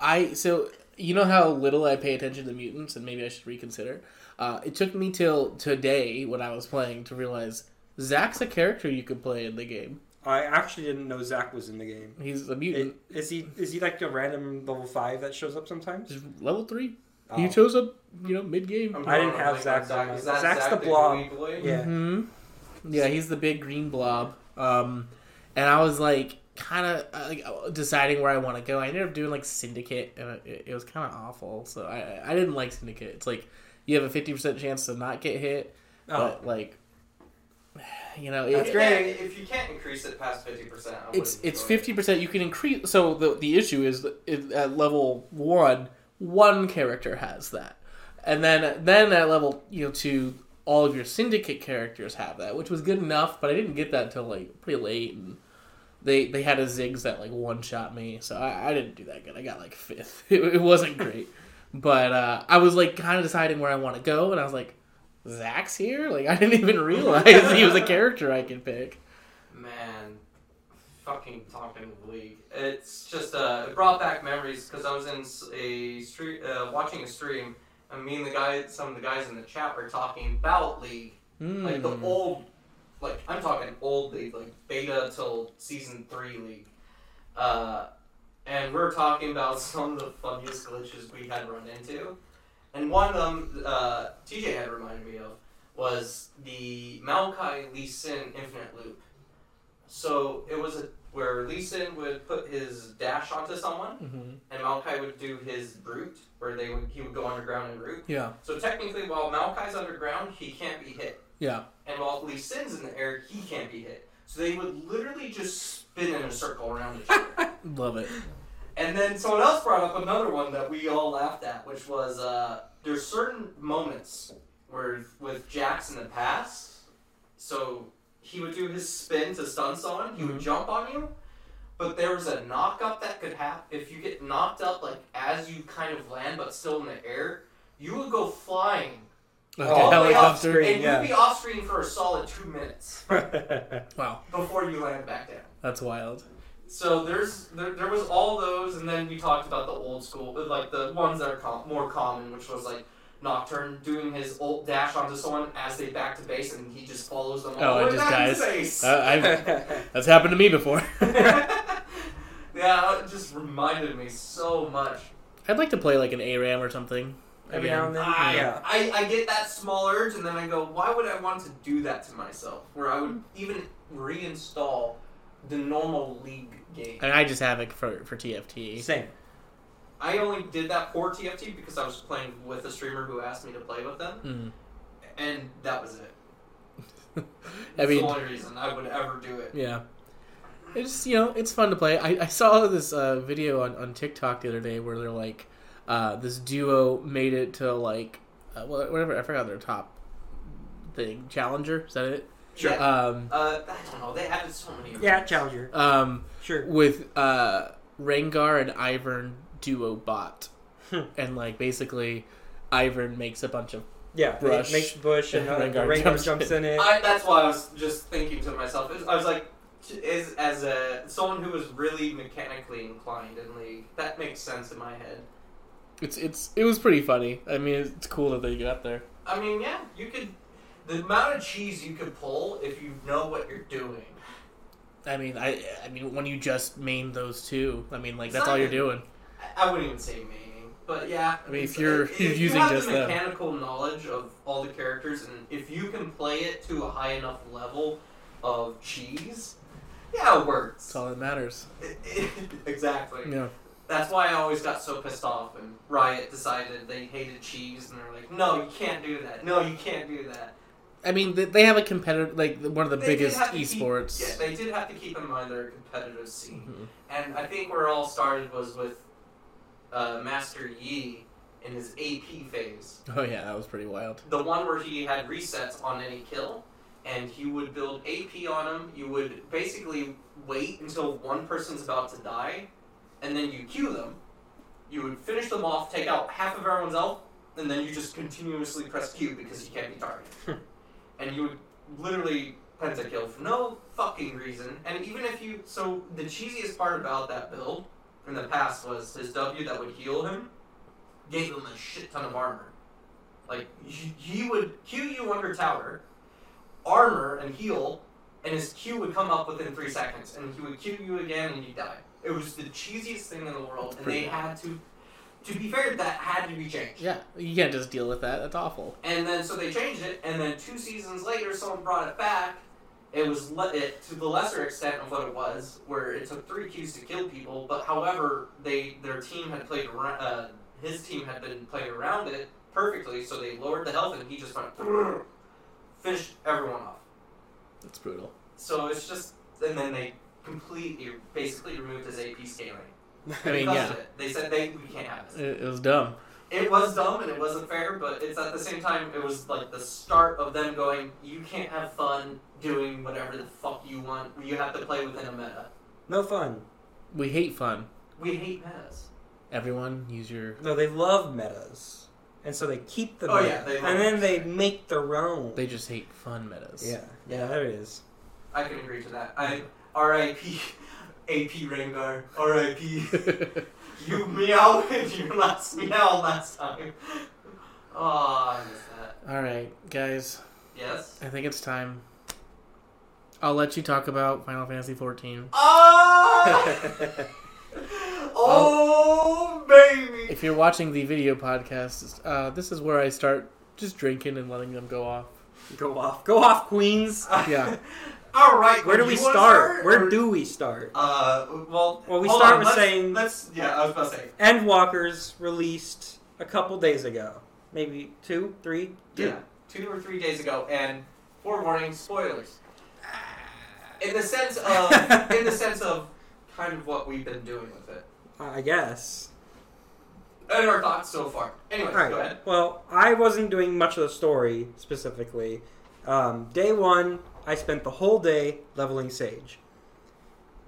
I so you know how little I pay attention to mutants, and maybe I should reconsider. Uh, it took me till today when I was playing to realize Zack's a character you could play in the game.
I actually didn't know Zach was in the game.
He's a
I- Is
mutant.
he is he like a random level five that shows up sometimes?
Just level three.
Oh.
He chose up, you know, mid game.
I'm
I didn't
drawing a
have
blank on
Zach on my-
Is that
Zach's the
Zach
blob.
gooey boy?
Yeah.
hmm Yeah, he's the big green blob. Um, and I was like, kind of like uh, deciding where I want to go. I ended up doing like Syndicate, and it, it was kind of awful. So I I didn't like Syndicate. It's like you have a fifty percent chance to not get hit,
Oh,
but like, you know,
If
it,
That's
you
great.
can't- If you can't increase it past fifty percent,
it's it's fifty percent. You can increase. So the the issue is that if- at level one, one character has that, and then then at level you know two, all of your syndicate characters have that, which was good enough. But I didn't get that till like pretty late, and they they had a Ziggs that like one shot me, so I, I didn't do that good. I got like fifth. It, it wasn't great, but uh, I was like kind of deciding where I want to go, and I was like. Zach's here? Like I didn't even realize he was a character I could pick.
Man, fucking talking league. It's just uh, it brought back memories because I was in s- a street uh, watching a stream, and me and the guy, some of the guys in the chat were talking about league, like the
Hmm.
old, like I'm talking old league, like beta till season three league. Uh, and we we're talking about some of the funniest glitches we had run into, and one of them uh, TJ had reminded me of was the Maokai Lee Sin infinite loop. So it was a, where Lee Sin would put his dash onto someone,
Mhm.
and Maokai would do his root, where they would he would go underground and root.
Yeah.
So technically, while Maokai's underground, he can't be hit.
Yeah.
And while Lee Sin's in the air, he can't be hit. So they would literally just spin in a circle around each other.
Love it.
And then someone else brought up another one that we all laughed at, which was uh, there's certain moments where with Jax in the past, so he would do his spin to stun someone, he would
Mhm.
jump on you, but there was a knock up that could happen if you get knocked up like as you kind of land but still in the air, you would go flying
Like
Oh,
a
all the way off
helicopter.
screen, and
yeah.
you'd be off screen for a solid two minutes
Wow,
before you land back down.
that's wild.
So there's there, there was all those, and then we talked about the old school, like the ones that are com- more common, which was like Nocturne doing his old dash onto someone as they back to base, and he just follows them all
Oh,
the
it
way
just
back
dies.
to base.
Uh, I've, that's happened to me before.
Yeah, it just reminded me so much.
I'd like to play like an ARAM or something.
Every
again.
now and then.
I,
yeah.
I, I get that small urge, and then I go, why would I want to do that to myself? Where I would even reinstall the normal League game.
And I just have it for, for TFT.
Same.
I only did that for TFT because I was playing with a streamer who asked me to play with them,
Mm.
and that was it.
I
That's
mean,
the only reason I would ever do it.
Yeah. It's you know, it's fun to play. I, I saw this uh, video on, on TikTok the other day where they're like uh, this duo made it to like uh, wha- whatever I forgot their top thing challenger is that it
Sure.
um
Uh, I don't know. They added so many.
Yeah, Challenger.
um
Sure.
with uh Rengar and Ivern duo bot
Hmm.
and like basically Ivern makes a bunch of
Yeah.
Brush.
It makes Bush and uh,
Rengar
Rengar
jumps
jumps, in it.
I, that's why I was just thinking to myself. is- I was like, t- is as a someone who is really mechanically inclined in League, that makes sense in my head.
it's it's it was pretty funny. I mean it's cool that they got there.
I mean, yeah, you could. The amount of cheese you could pull if you know what you're doing.
I mean I I mean when you just main those two, I mean like that's all you're doing.
I, I wouldn't even say maining, but yeah.
I mean,
it's-
if you're-
if
you're
you
using
have
just
the
them.
mechanical knowledge of all the characters, and if you can play it to a high enough level of cheese, yeah, it works.
That's all that matters.
exactly.
Yeah.
That's why I always got so pissed off when Riot decided they hated cheese and they're like, no, you can't do that. No, you can't do that.
I mean, th- they have a competitor, like one of the
They did
biggest
have to keep-
esports.
Yeah, they did have to keep in mind their competitive scene.
Mhm.
And I think where it all started was with uh, Master Yi in his AP phase.
Oh yeah, that was pretty wild.
The one where he had resets on any kill, and you would build AP on him. You would basically wait until one person's about to die, and then you queue them. You would finish them off, take out half of everyone's health, and then you just continuously press Q because you can't be targeted. and you would literally pentakill for no fucking reason. And even if you. So, the cheesiest part about that build in the past was his W that would heal him gave him a shit ton of armor. Like he, he would Q you under tower, armor and heal, and his Q would come up within three seconds, and he would Q you again, and you die. It was the cheesiest thing in the world, and they had to. To be fair, that had to be changed.
Yeah, you can't just deal with that. That's awful.
And then so they changed it, and then two seasons later, someone brought it back. It was le- it, to the lesser extent of what it was, where it took three Qs to kill people. But however, they their team had played around, uh, his team had been playing around it perfectly, so they lowered the health, and he just went finished everyone off.
It's brutal.
So it's just, and then they completely basically removed his AP scaling.
I mean,
Because
yeah,
of it. they said they we can't have this.
it, it was dumb.
It was dumb and it wasn't fair, but it's at the same time it was like the start of them going, you can't have fun doing whatever the fuck you want. You have to play within a meta.
No fun.
We hate fun.
We hate metas.
Everyone, use your.
No, they love metas, and so they keep the
Oh,
meta,
yeah, they love
and then they
metas.
make their own.
They just hate fun metas.
yeah, yeah, there it is.
I can agree to that. I R.I.P. AP Rengar. R.I.P. you meow and you last meow last time. Oh, I miss that.
All right, guys.
Yes.
I think it's time. I'll let you talk about Final Fantasy 14.
Oh, oh baby.
If you're watching the video podcast, uh, this is where I start just drinking and letting them go off.
Go off, go off, Queens.
Yeah.
All right.
Where do
you
we
wanna
start? Where do we start?
Uh, well.
Well, we
hold
start
on,
with
let's-
saying-
Let's. Yeah, I was about to say.
Endwalkers released a couple days ago, maybe two, three. Two.
Yeah, two or three days ago, and forewarning spoilers. In the sense of, in the sense of, kind of what we've been doing with it
I guess.
and our thoughts so far. Anyways,
All right.
go ahead.
Well, I wasn't doing much of the story specifically. Um, day one, I spent the whole day leveling Sage.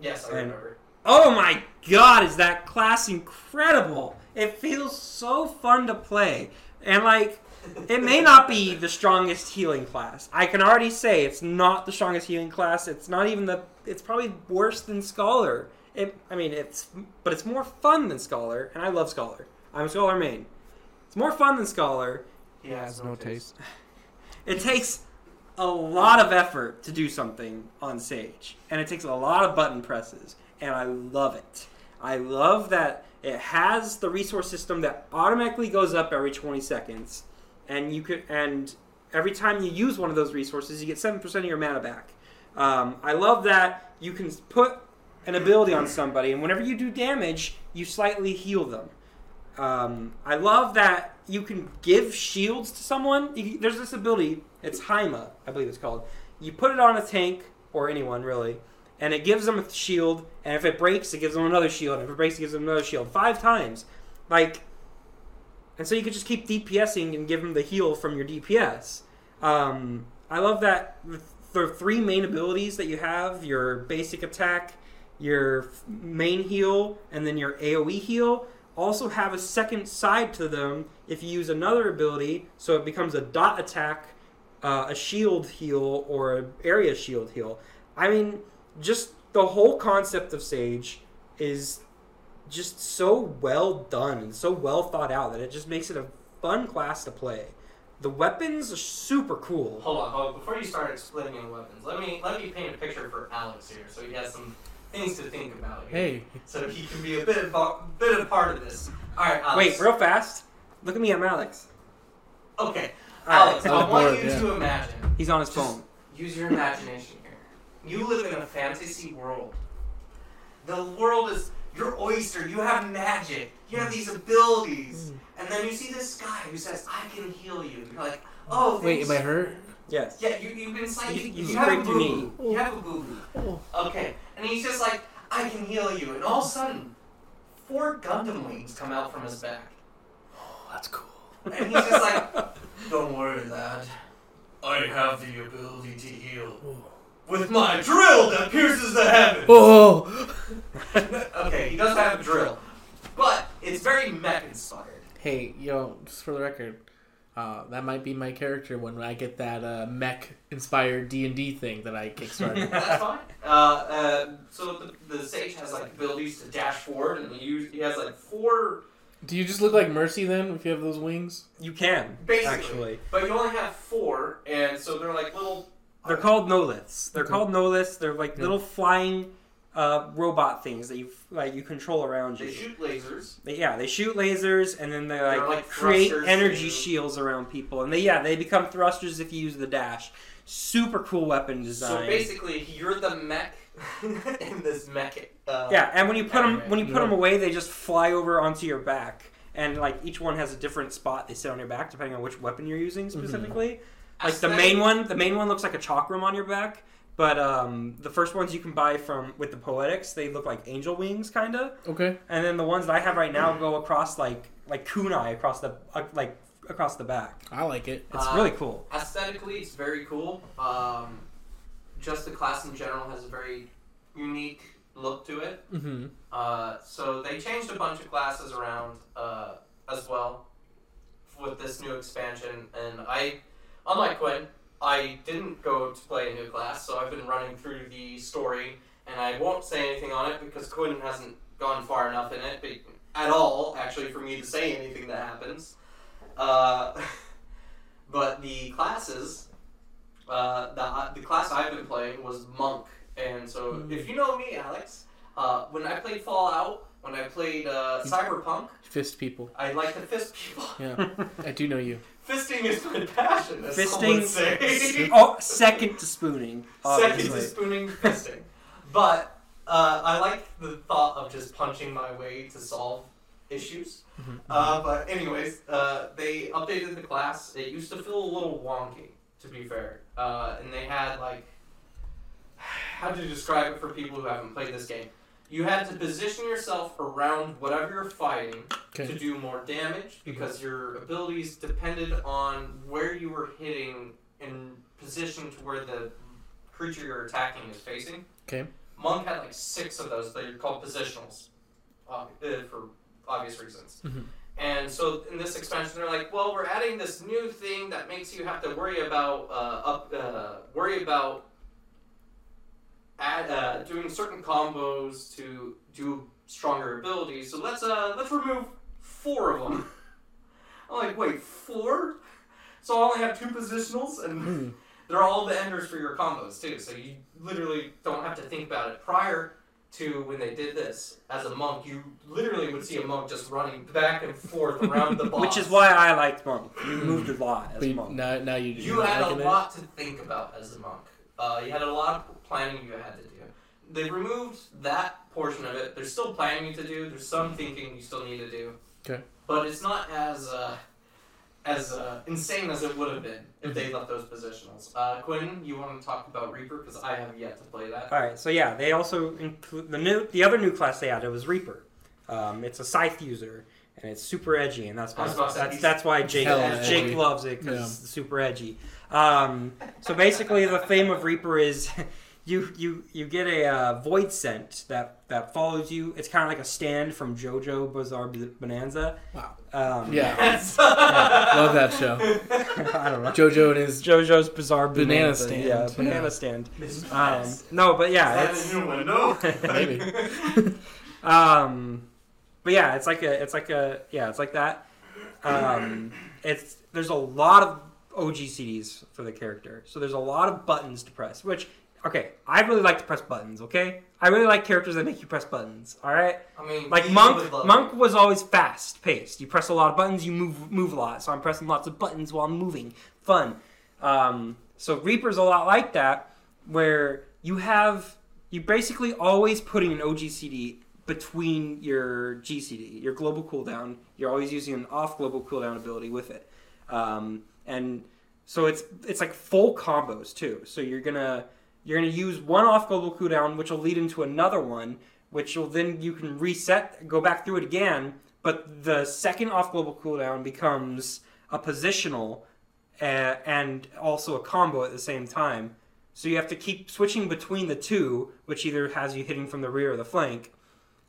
Yes, I
And-
remember.
Oh my god, is that class incredible? It feels so fun to play. And like, it may not be the strongest healing class. I can already say it's not the strongest healing class. It's not even the it's probably worse than Scholar. It I mean it's but it's more fun than Scholar, and I love Scholar. I'm a Scholar main. It's more fun than Scholar.
He has no taste.
It takes a lot of effort to do something on Sage, and it takes a lot of button presses, and I love it. I love that it has the resource system that automatically goes up every 20 seconds, and you could and every time you use one of those resources, you get seven percent of your mana back. Um, I love that you can put an ability on somebody, and whenever you do damage, you slightly heal them. Um, I love that you can give shields to someone. You, there's this ability, it's Haima, I believe it's called. You put it on a tank, or anyone really, and it gives them a shield, and if it breaks, it gives them another shield, and if it breaks, it gives them another shield. Five times. Like, and so you could just keep DPSing and give them the heal from your DPS. Um, I love that th- the three main abilities that you have your basic attack, your f- main heal, and then your AoE heal also have a second side to them if you use another ability, so it becomes a dot attack, uh, a shield heal, or an area shield heal. I mean, just the whole concept of Sage is just so well done and so well thought out that it just makes it a fun class to play. The weapons are super cool.
Hold on, hold on. Before you start explaining the weapons, let me let me paint a picture for Alex here, so he has some things to think about. Here.
Hey,
So he can be a bit of a bit of part of this. All right, Alex.
Wait, real fast. Look at me, I'm Alex.
Okay,
All
Alex.
right,
Out
I
of
want
board,
you
yeah.
to imagine
he's on his
Just-
phone.
Use your imagination here. You live in a fantasy world. The world is your oyster. You have magic. You have these abilities.
Mm.
And then you see this guy who says, I can heal you. You're like, oh,
wait, am I
thanks."
hurt?
Yes.
Yeah, you, you've been psychic.
You-
You,
you
have a
scraped your knee.
boo You have a boo
Oh.
Okay. And he's just like, I can heal you. And all of a sudden, four Gundam wings come out from his back.
That's cool.
And he's just like, Don't worry, lad. I have the ability to heal. With my drill that pierces the heavens!
Oh,
okay, he doesn't have a drill. But it's very mech inspired.
hey, yo, just for the record, uh, that might be my character when I get that uh, mech-inspired D and D thing that I kickstarted.
That's fine. Uh, uh, so the, the sage has like abilities to dash forward, and he, us- he has like four.
Do you just look like Mercy then if you have those wings?
You can.
Basically.
Actually.
But you only have four, and so they're like little.
They're called noliths. They're
Okay.
called noliths. They're like
Yeah.
little flying uh, robot things that you like you control around you.
They shoot lasers.
They- yeah, they shoot lasers and then they like,
like
create
thrusters,
energy
too.
shields around people. And they yeah, they become thrusters if you use the dash. Super cool weapon design.
So basically, you're the mech in this mech. Uh,
yeah, and when you put them
anyway,
when you put
yeah.
them away, they just fly over onto your back. And like each one has a different spot they sit on your back depending on which weapon you're using specifically. Like the main one, the main one looks like a chakram on your back, but um, the first ones you can buy from with the poetics, they look like angel wings, kind of.
Okay.
And then the ones that I have right now go across like like kunai across the uh, like across the back.
I like it.
It's
Uh,
really cool.
aesthetically it's very cool um, just the class in general has a very unique look to it
Mm-hmm.
uh, so they changed a bunch of classes around uh, as well with this new expansion and i unlike quinn i didn't go to play a new class so i've been running through the story and i won't say anything on it because quinn hasn't gone far enough in it but at all actually for me to say anything that happens uh, but the classes uh, the, the class i've been playing was monk and so if you know me alex uh, when i played fallout when i played uh, cyberpunk
Fist people.
I like to fist people.
Yeah, I do know you.
Fisting is my passion. As someone would
Fisting,
say.
oh, second to spooning.
Second
Obviously.
to spooning fisting. But uh, I like the thought of just punching my way to solve issues. Uh, but anyways, uh, they updated the class. It used to feel a little wonky, to be fair. Uh, and they had like how to describe it for people who haven't played this game. You had to position yourself around whatever you're fighting to
Okay.
do more damage because your abilities depended on where you were hitting in position to where the creature you're attacking is facing.
Okay.
Monk had like six of those. They're called positionals, ob- uh, for obvious reasons.
Mhm.
And so in this expansion, they're like, well, we're adding this new thing that makes you have to worry about uh, up, uh, worry about add, uh, doing certain combos to do stronger abilities. So let's uh, let's remove four of them. I'm like, wait, four? So I only have two positionals,
Hmm.
and they're all the enders for your combos too. So you literally don't have to think about it. Prior to when they did this as a monk. You literally would see a monk just running back and forth around the boss.
Which is why I liked Monk. You moved a lot as
But you-
Monk.
now, now you
you
you're
had a
liking it? eh?
lot to think about as a monk. Uh, you had a lot of planning you had to do. They removed that portion of it. There's still planning to do. There's some thinking you still need to do.
'Kay.
But it's not as uh, as uh, insane as it would have been if they left those positionals. Uh, Quinn, you want to talk about Reaper because I have yet to play that.
All right, so yeah, they also include the new the other new class they added was Reaper. Um, it's a scythe user and it's super edgy, and that's
I
why
was about to say,
that's,
he's
that's why Jake
hella
Jake
edgy.
loves it because
Yeah.
it's super edgy. Um, so basically, the fame of Reaper is you you you get a uh, void scent that that follows you. It's kind of like a stand from JoJo Bizarre B- Bonanza.
Wow.
Um,
Yeah,
Yes.
love that show.
I don't know.
JoJo and his
JoJo's Bizarre
Banana
Bonanza.
stand,
Yeah,
yeah.
banana stand.
Mr.
Um,
Mask.
no, but yeah,
That's
it's-
a new one. No.
maybe.
Um, but yeah, it's like a, it's like a, yeah, it's like that. Um, it's there's a lot of OG CDs for the character, so there's a lot of buttons to press. Which, okay, I really like to press buttons. Okay, I really like characters that make you press buttons. All right,
I mean,
like
you
Monk.
would love
Monk was always fast paced. You press a lot of buttons, you move move a lot. So I'm pressing lots of buttons while I'm moving. Fun. Um, so Reaper's a lot like that, where you have you basically always putting an OGCD between your GCD, your global cooldown. You're always using an off global cooldown ability with it, um, and so it's it's like full combos too. So you're gonna you're gonna use one off global cooldown, which will lead into another one, which will then you can reset, go back through it again. But the second off global cooldown becomes a positional uh, and also a combo at the same time. So you have to keep switching between the two, which either has you hitting from the rear or the flank,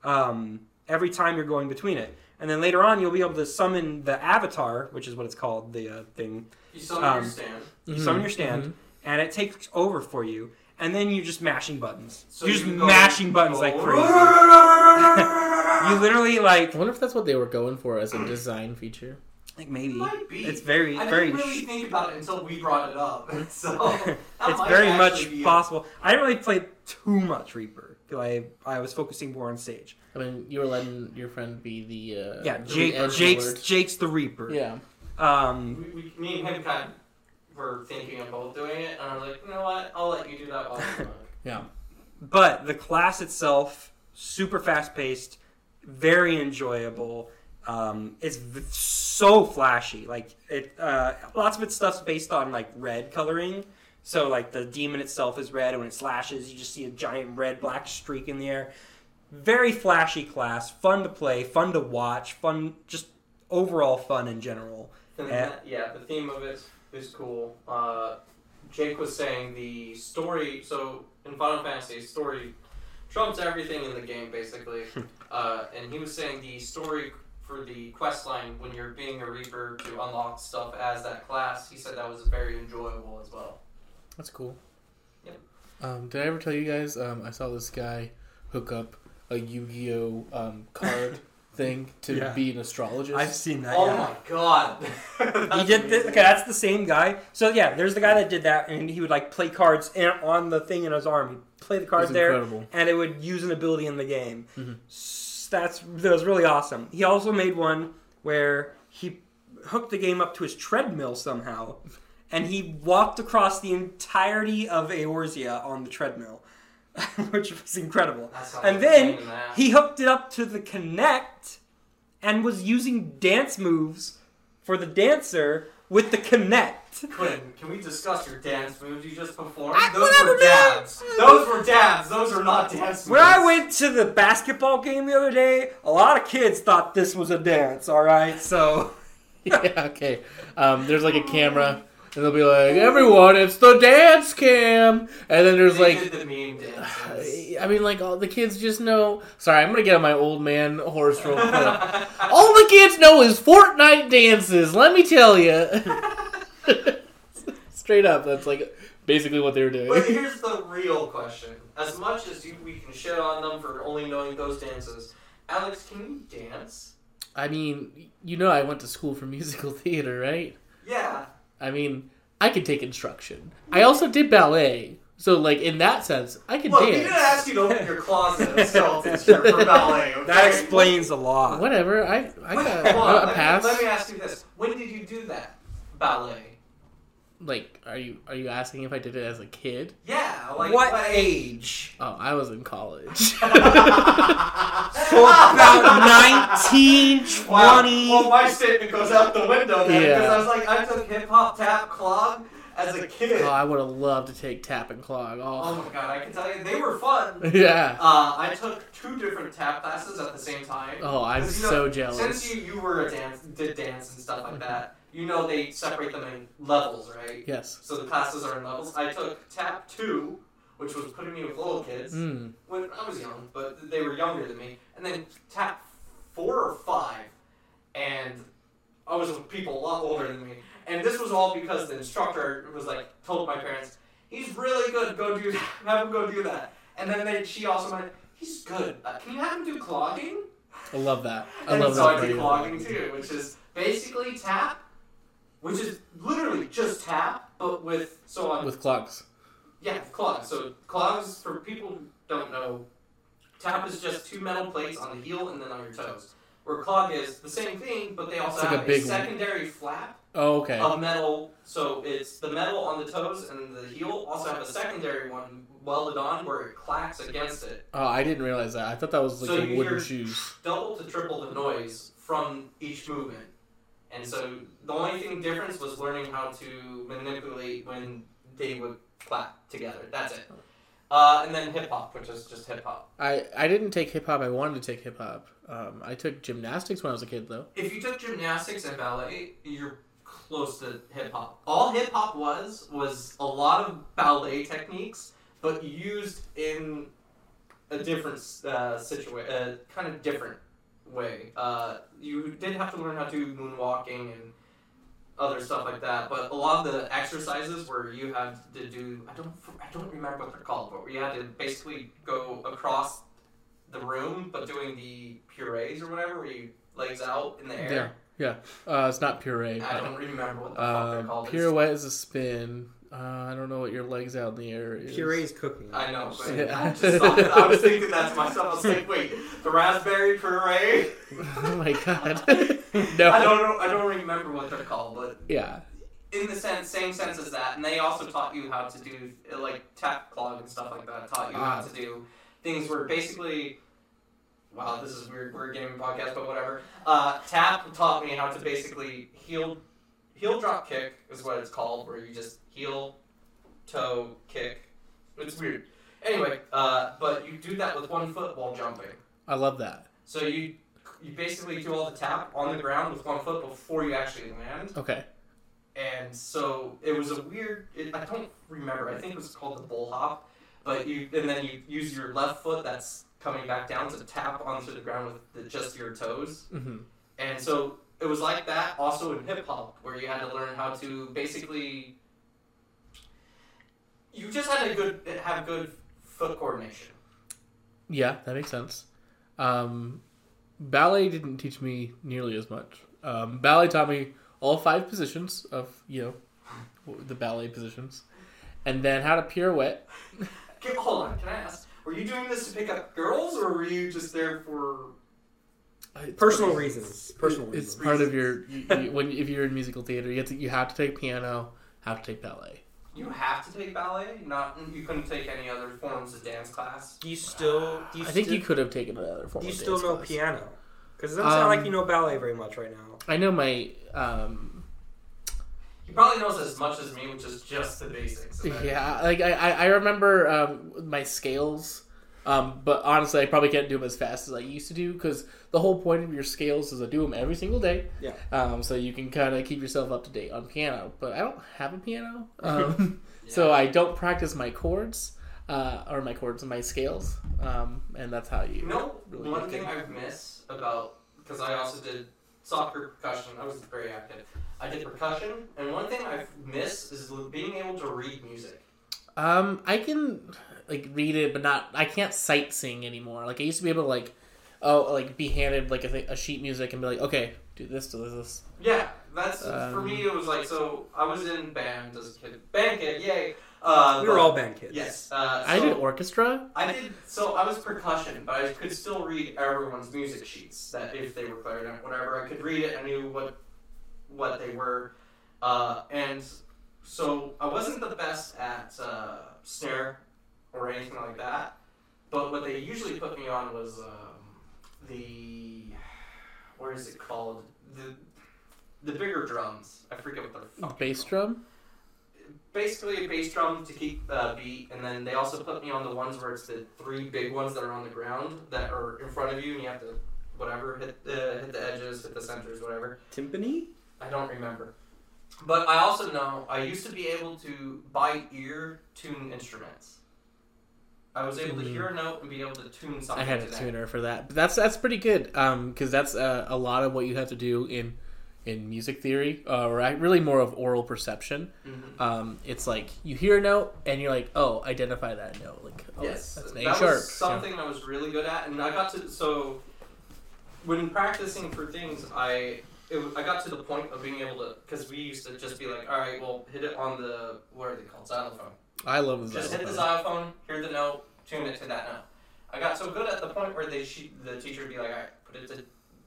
um, every time you're going between it. And then later on, you'll be able to summon the avatar, which is what it's called, the uh, thing
You still
um,
understand.
Mm-hmm.
you summon your stand, and it takes over for you, and then you're just mashing buttons.
So
you're just
you go-
mashing buttons
go-
like crazy. you literally like
I wonder if that's what they were going for as a design feature.
like maybe
Might be.
it's very
I
very
didn't really
sh-
think about it until we brought it up. So that
it's
might
very
actually
much
be a-
possible. I didn't really play too much Reaper. 'cause I I was focusing more on Sage.
I mean, you were letting your friend be the uh,
Yeah,
the
Jake,
edgelord.
Jake's Jake's the Reaper.
yeah.
Um,
We, we, me and him kind of were thinking of both doing it, and I was like, you know what? I'll let you do that. While I'm
but the class itself super fast paced very enjoyable um, it's v- so flashy like it uh, lots of its stuff's based on like red coloring so like the demon itself is red and when it slashes you just see a giant red black streak in the air very flashy class fun to play fun to watch fun just overall fun in general
And
Yeah.
that- yeah, the theme of it is cool. Uh, Jake was saying the story. So in Final Fantasy, story trumps everything in the game, basically. uh, and he was saying the story for the quest line when you're being a Reaper to unlock stuff as that class. He said that was very enjoyable as well.
That's cool.
Yep.
Um, did I ever tell you guys? Um, I saw this guy hook up a Yu-Gi-Oh um, card thing to
Yeah.
be an astrologist.
i've seen that
oh
yeah.
my god!
he
That's
did. Th-
amazing.
okay, that's the same guy. So yeah, there's the guy that did that, and he would like play cards in, on the thing in his arm. He'd play the
It
card
was
there,
incredible.
and it would use an ability in the game.
Mhm.
S- That's that was really awesome. He also made one where he hooked the game up to his treadmill somehow, and he walked across the entirety of Eorzea on the treadmill, which was incredible.
That sounds
And
like
then
a game that.
He hooked it up to the Kinect and was using dance moves for the dancer with the Kinect.
Quinn, can we discuss your dance moves you just performed?
I-
Those
whatever,
were
man.
dabs. Those were dabs. Those are not dance moves.
When I went to the basketball game the other day, a lot of kids thought this was a dance, alright? So.
yeah. Okay. Um, there's like a camera, and they'll be like, "Everyone, it's the dance cam," and then there's
They
like.
did the meme dances.
I mean, like all the kids just know. Sorry, I'm gonna get on my old man horse real quick. all the kids know is Fortnite dances. Let me tell you, straight up, that's like basically what they were doing.
but here's the real question: As much as you, we can shit on them for only knowing those dances, Alex, can you dance?
I mean, you know, I went to school for musical theater, right?
Yeah.
I mean, I could take instruction. I also did ballet. So like in that sense, I could
Look, we
dance.
didn't ask you to open your closet, so it's your for ballet. Okay?
That explains a lot.
Whatever. I I
Wait,
got
hold on,
a
let me-
pass.
Let me ask you this: When did you do that ballet?
Like, are you are you asking if I did it as a kid?
Yeah, like
What
age?
Oh, I was in college. Oh,
So about 19, 20.
Wow. Well, my statement goes out the window then
Yeah.
because I was like, I took hip hop, tap, clog as a kid.
Oh, I would have loved to take tap and clog.
Oh
Oh,
my god, I can tell you, they were fun.
yeah.
Uh, I took two different tap classes at the same time.
Oh, I'm
Because, you know,
so jealous.
Since you, you were a dance, did dance and stuff like that, you know they separate them in levels, right?
Yes.
So the classes are in levels. I took tap two, which was putting me with little kids
Mm.
when I was young, but they were younger than me. And then tap four or five, and I was with people a lot older than me. And this was all because the instructor was like, told my parents, he's really good. Go do that. Have him go do that. And then they, she also went, he's good. but Can you have him do clogging?
I love that. I
and
love
so
that.
I do
video.
clogging too, which is basically tap, which is literally just tap, but with so on
With clogs.
yeah, clogs. So clogs, for people who don't know, tap is just two metal plates on the heel and then on your toes. Where clog is the same thing, but they also
It's like
have
a
a,
big one.
secondary flap
Oh, okay.
of metal. So it's the metal on the toes and the heel also have a secondary one welded on where it clacks against it.
Oh, I didn't realize that. I thought that was like
So
the
you
wooden
hear-
shoes.
Double to triple the noise from each movement. And so the only thing difference was learning how to manipulate when they would clap together. That's it. Uh, and then hip hop, which is just hip hop.
I I didn't take hip hop. I wanted to take hip hop. Um, I took gymnastics when I was a kid, though.
If you took gymnastics and ballet, you're close to hip hop. All hip hop was was a lot of ballet techniques, but used in a different uh, situation, uh, kind of different way. Uh, you did have to learn how to do moonwalking and other stuff like that, but a lot of the exercises where you had to do I don't I don't remember what they're called, but where you had to basically go across the room, but doing the purees or whatever, where you legs out in the air.
Yeah, yeah. Uh, it's not puree.
I
But,
don't remember what the fuck they're
uh,
called.
pirouette is a spin. Uh, I don't know what your legs out in the air is.
Puree's cooking.
I know. But
Yeah.
I, just saw that. I was thinking that to myself. I was like, wait, the raspberry puree?
oh my god. no.
I don't know. I don't remember what they're called, but
Yeah.
in the sense, same sense as that. And they also taught you how to do uh, like tap clog and stuff like that. Taught you
Ah.
how to do things where basically. Wow, this is weird. We're a gaming podcast, but whatever. Uh, tap taught me how to basically heel, heel drop kick is what it's called, where you just heel, toe kick. It's weird. Anyway, uh, but you do that with one foot while jumping.
I love that.
So you you basically do all the tap on the ground with one foot before you actually land
Okay.
and so it was a weird. It, I don't remember. I think it was called the bull hop, but you and then you use your left foot that's coming back down to tap onto the ground with the, just your toes,
hmm
and so it was like that also in hip hop where you had to learn how to basically. You just had to good have good foot coordination.
Yeah, that makes sense. Um, ballet didn't teach me nearly as much. Um, ballet taught me all five positions of you know the ballet positions, and then how to pirouette.
Okay, hold on, can I ask? Were you doing this to pick up girls, or were you just there for?
Uh, It's-
Personal reasons. Personal
It's
reasons.
part of your you, you- when if you're in musical theater, you have to, you have to take piano, have to take ballet.
You have to take ballet. Not you couldn't take any other forms of dance class.
Do you still? Do you
I think
still,
you could have taken another form.
Do you
of
still
dance
know
class.
piano? Because it doesn't sound
Um,
like you know ballet very much right now.
I know my um,
He probably knows as much as me, which is just the basics. of it.
Yeah, like I, I I remember um, my scales, um, but honestly, I probably can't do them as fast as I used to do because the whole point of your scales is I do them every single day.
Yeah.
Um, so you can kind of keep yourself up to date on piano, but I don't have a piano, um, so I don't practice my chords. Uh, or my chords and my scales, um, and that's how you.
You know,
Really
one
good
thing
thing.
I miss about because I also did soccer percussion. I was very active. I did percussion, and one thing I miss is l- being able to read music.
Um, I can like read it, but not. I can't sight sing anymore. Like I used to be able to like, oh, like be handed like a, thi- a sheet music and be like, okay, do this, do this.
Yeah, that's for
Um,
me. It was like so. I was in band as a kid. Band kid, yay! Uh,
we were
but-
all band kids.
Yes. Uh,
I
so
did orchestra.
I did. So I was percussion, but I could still read everyone's music sheets. That if they were clarinet, whatever, I could read it. I knew what what they were, uh, and so I wasn't the best at uh, snare or anything like that. But what they usually put me on was um, the where is it called the the bigger drums. I forget what they're fucking
Oh, Bass drum.
basically a bass drum to keep the beat, and then they also put me on the ones where it's the three big ones that are on the ground that are in front of you, and you have to whatever hit the hit the edges, hit the centers, whatever.
Timpani?
I don't remember, but I also know I used to be able to by ear tune instruments. I was able to hear a note and be able to tune something.
Mm-hmm. I had
to
a
that.
tuner for that. But that's that's pretty good because that's uh, a lot of what you have to do in in music theory, uh, or ac- really more of oral perception.
Mhm.
Um, it's like you hear a note and you're like, oh, identify that note. Like, oh,
yes,
that's an A
that
sharp.
was something I was really good at, and I got to so when practicing for things, I it, wa- I got to the point of being able to because we used to just be like, all right, well, hit it on the what are they called xylophone?
Yeah. I love
Just hit the
this.
xylophone, hear the note, tune it to that note. I got so good at the point where they she, the teacher would be like, all right, put it to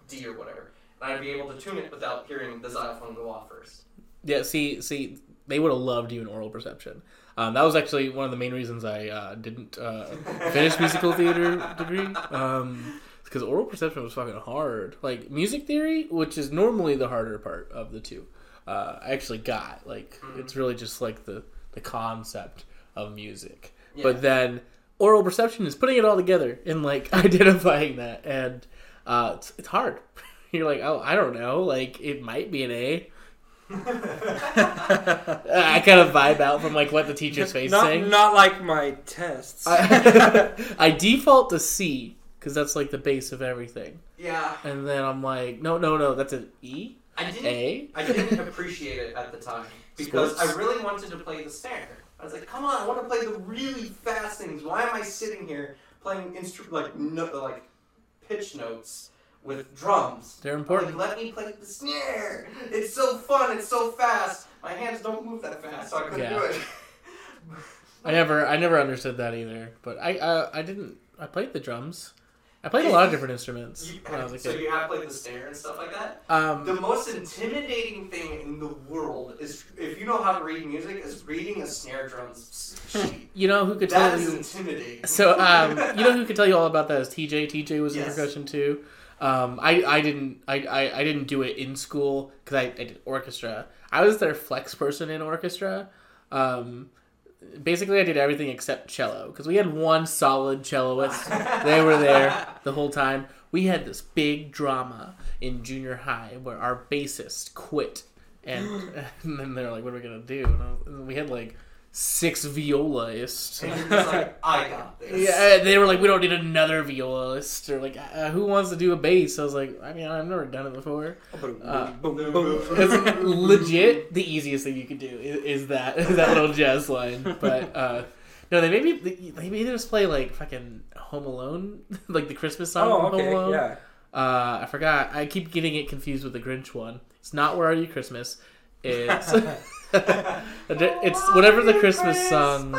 D or whatever, and I'd be able to tune it without hearing the xylophone go off first.
Yeah, see, see, they would have loved you in oral perception. Um, that was actually one of the main reasons I uh, didn't uh, finish musical theater degree. Um, because oral perception was fucking hard. Like music theory, which is normally the harder part of the two, uh, I actually got. Like it's really just like the the concept of music.
Yeah.
But then oral perception is putting it all together and like identifying that, and uh, it's, it's hard. You're like, oh, I don't know. Like it might be an A. I kind of vibe out from like what the teacher's face
not,
saying.
not like my tests.
I, I default to C because that's like the base of everything,
yeah,
and then I'm like, no, no, no, that's an E,
I didn't
A.
I didn't appreciate it at the time because
Sports.
I really wanted to play the snare. I was like, come on, I want to play the really fast things. Why am I sitting here playing instru- like no- like pitch notes with drums?
They're important.
Like, let me play the snare. It's so fun. It's so fast. My hands don't move that fast, so I couldn't
Yeah.
do it.
I never, I never understood that either. But I, I, I didn't. I played the drums. I played a lot of different instruments
You-
when I was a
so
kid.
you have played the snare and stuff like that. The
Um,
most intimidating thing in the world is if you know how to read music is reading a snare drums sheet.
you know who could tell
That
you
is intimidating.
So um, you know who could tell you all about that is TJ. TJ was in
Yes.
percussion too. Um, I, I didn't I, I, I didn't do it in school because I, I did orchestra. I was their flex person in orchestra. Um, basically, I did everything except cello because we had one solid celloist. they were there the whole time. We had this big drama in junior high where our bassist quit, and, and then they're like, "What are we gonna do?" And I was- and we had like six violaists.
And he was like, I got this.
Yeah, uh, they were like, we don't need another violist, or like, uh, who wants to do a bass? I was like, I mean, I've never done it before. Uh,
boom, boom, boom.
It's legit the easiest thing you could do is, is that is that little jazz line. But uh, no, they maybe they made us play like fucking Home Alone, like the Christmas song.
Oh,
from Home
okay,
Alone.
yeah.
Uh, I forgot. I keep getting it confused with the Grinch one. It's not Where Are You Christmas. It's it's whatever the Christmas song,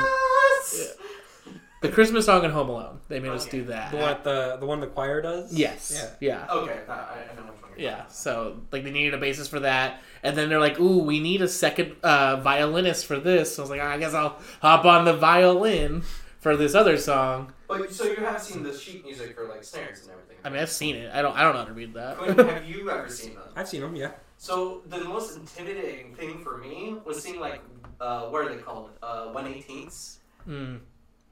the Christmas song in Home Alone. They made us do that.
The one that the the one the choir does.
Yes. Yeah. Yeah.
Okay, I, I I know which one. you're
So like they needed a basis for that, and then they're like, "Ooh, we need a second uh, violinist for this." So I was like, "Ah, "I guess I'll hop on the violin for this other song."
talking about. But so you have seen the sheet music for like snares and everything.
I mean, I've seen it. I don't. I don't know how to read
Quinn,
that.
have you ever seen them?
I've seen them. Yeah.
So the most intimidating thing for me was seeing like uh, what are they called? Uh, 118ths.
mm.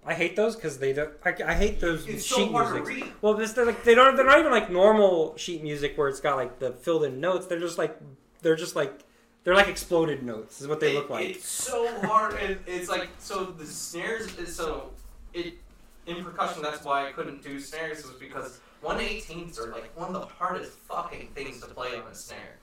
I hate those because they don't. I, I hate those
It's so
sheet
hard to
music.
read.
Well, this they're like they don't. They're not even like normal sheet music where it's got like the filled in notes. They're just like they're just like they're like exploded notes. Is what they
It-
look like.
It's so hard. and it's like so the snares. is- So it in percussion. That's why I couldn't do snares was because 118s are like one of the hardest fucking things to play on a snare.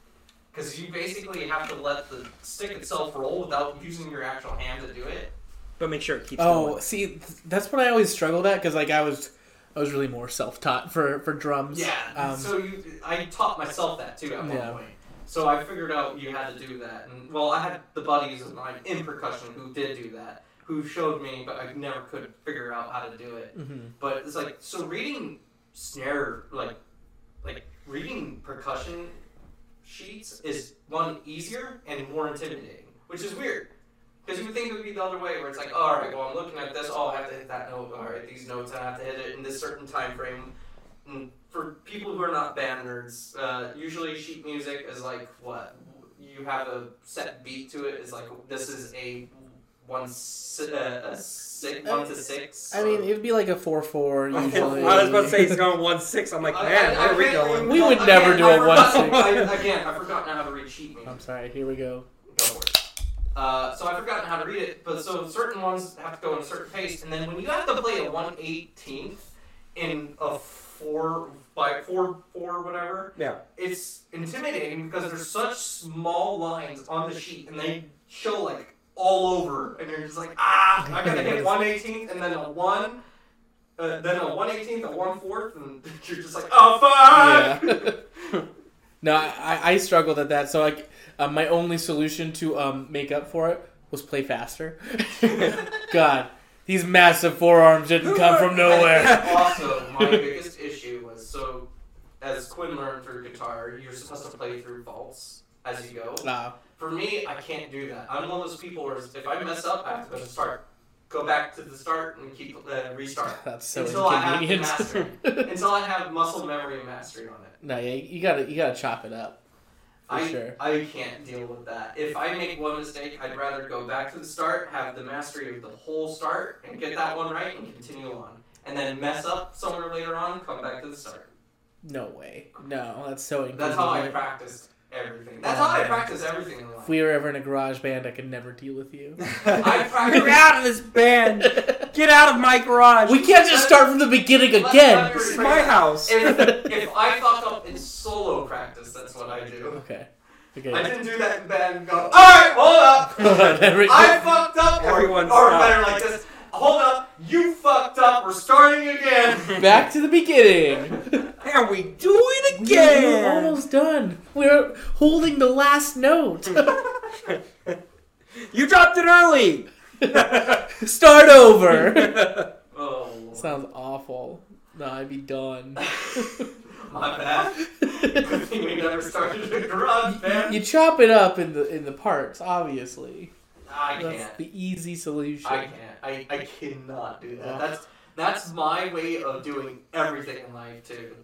Because you basically have to let the stick itself roll without using your actual hand to do it.
But make sure it keeps.
Oh,
going.
see, th- that's what I always struggled at because like I was, I was really more self-taught for for drums.
Yeah.
Um,
so you, I taught myself that too at one
Yeah.
point. So I figured out you had to do that, and well, I had the buddies of mine in percussion who did do that, who showed me, but I never could figure out how to do it.
mhm.
But it's like so reading snare like like reading percussion sheets is one easier and more intimidating, which is weird. Because you would think it would be the other way, where it's like, all right, well, I'm looking at this. Oh, I have to hit that note. All right, these notes, I have to hit it in this certain time frame. And for people who are not band nerds, uh, usually sheet music is like what you have a set beat to it. Is like this is a one si- uh, a six, one to six.
I mean, it'd be like a four-four
I was
usually.
I was about to say he's going one six. I'm like,
I- I-
man,
I
where are we
can't
going?
remember-
We would
again,
never do
I
a
forgot-
one-six.
I- Again, I've forgotten how to read sheet music.
I'm sorry. Here we go.
go for it. Uh, so I've forgotten how to read it, but so certain ones have to go in a certain pace, and then when you have to play a one eighteenth in a four by four four whatever,
Yeah.
it's intimidating because there's such small lines on the sheet, and they show like all over, and you're just like ah, I gotta hit one eighteenth, and then a one. Uh, then a one eighteenth, a one fourth, and you're just like, oh fuck!
Yeah. No, I, I- I struggled at that. So like, uh, my only solution to um, make up for it was play faster. God, these massive forearms didn't come from nowhere.
And also, my biggest issue was so, as Quinn learned through guitar, you're supposed to play through faults as you go.
Nah,
For me, I can't do that. I'm one of those people where if I mess up, I have to go to start, go back to the start, and keep uh, restart
that's so
Until I have the
inconvenient.
mastery. until I have muscle memory and mastery on it.
no, yeah, you gotta you gotta chop it up. For
I,
sure.
I can't deal with that. If I make one mistake, I'd rather go back to the start, have the mastery of the whole start, and get that one right and continue on. And then mess up somewhere later on, come back to the start.
No way. No, that's so
That's
inconvenient.
how I practice everything. That's how I practice everything in
if
life.
we were ever in a garage band, I could never deal with you.
I practice-
You're out of this band.
we
Get out of my garage.
can't just start from the beginning
Let's
again.
not
this is my house.
If, if I fuck up in solo practice, that's what I do.
Okay.
I
Okay.
didn't do that in band and go, Alright, hold up!
Every-
I fucked up! Or,
Everyone
or
stop.
better like this, hold up, you fucked up, we're starting again!
Back to the beginning.
There we do it
We are- we were
again.
almost done. We're holding the last note.
You dropped it early.
Start over.
Oh,
Sounds awful. No, I'd be done.
my bad. Good thing we never started a garage band.
You chop it up in the in the parts, obviously.
I
That's
can't.
the easy solution.
I can't. I, I cannot do
Yeah.
that. That's that's my way of doing everything in life too.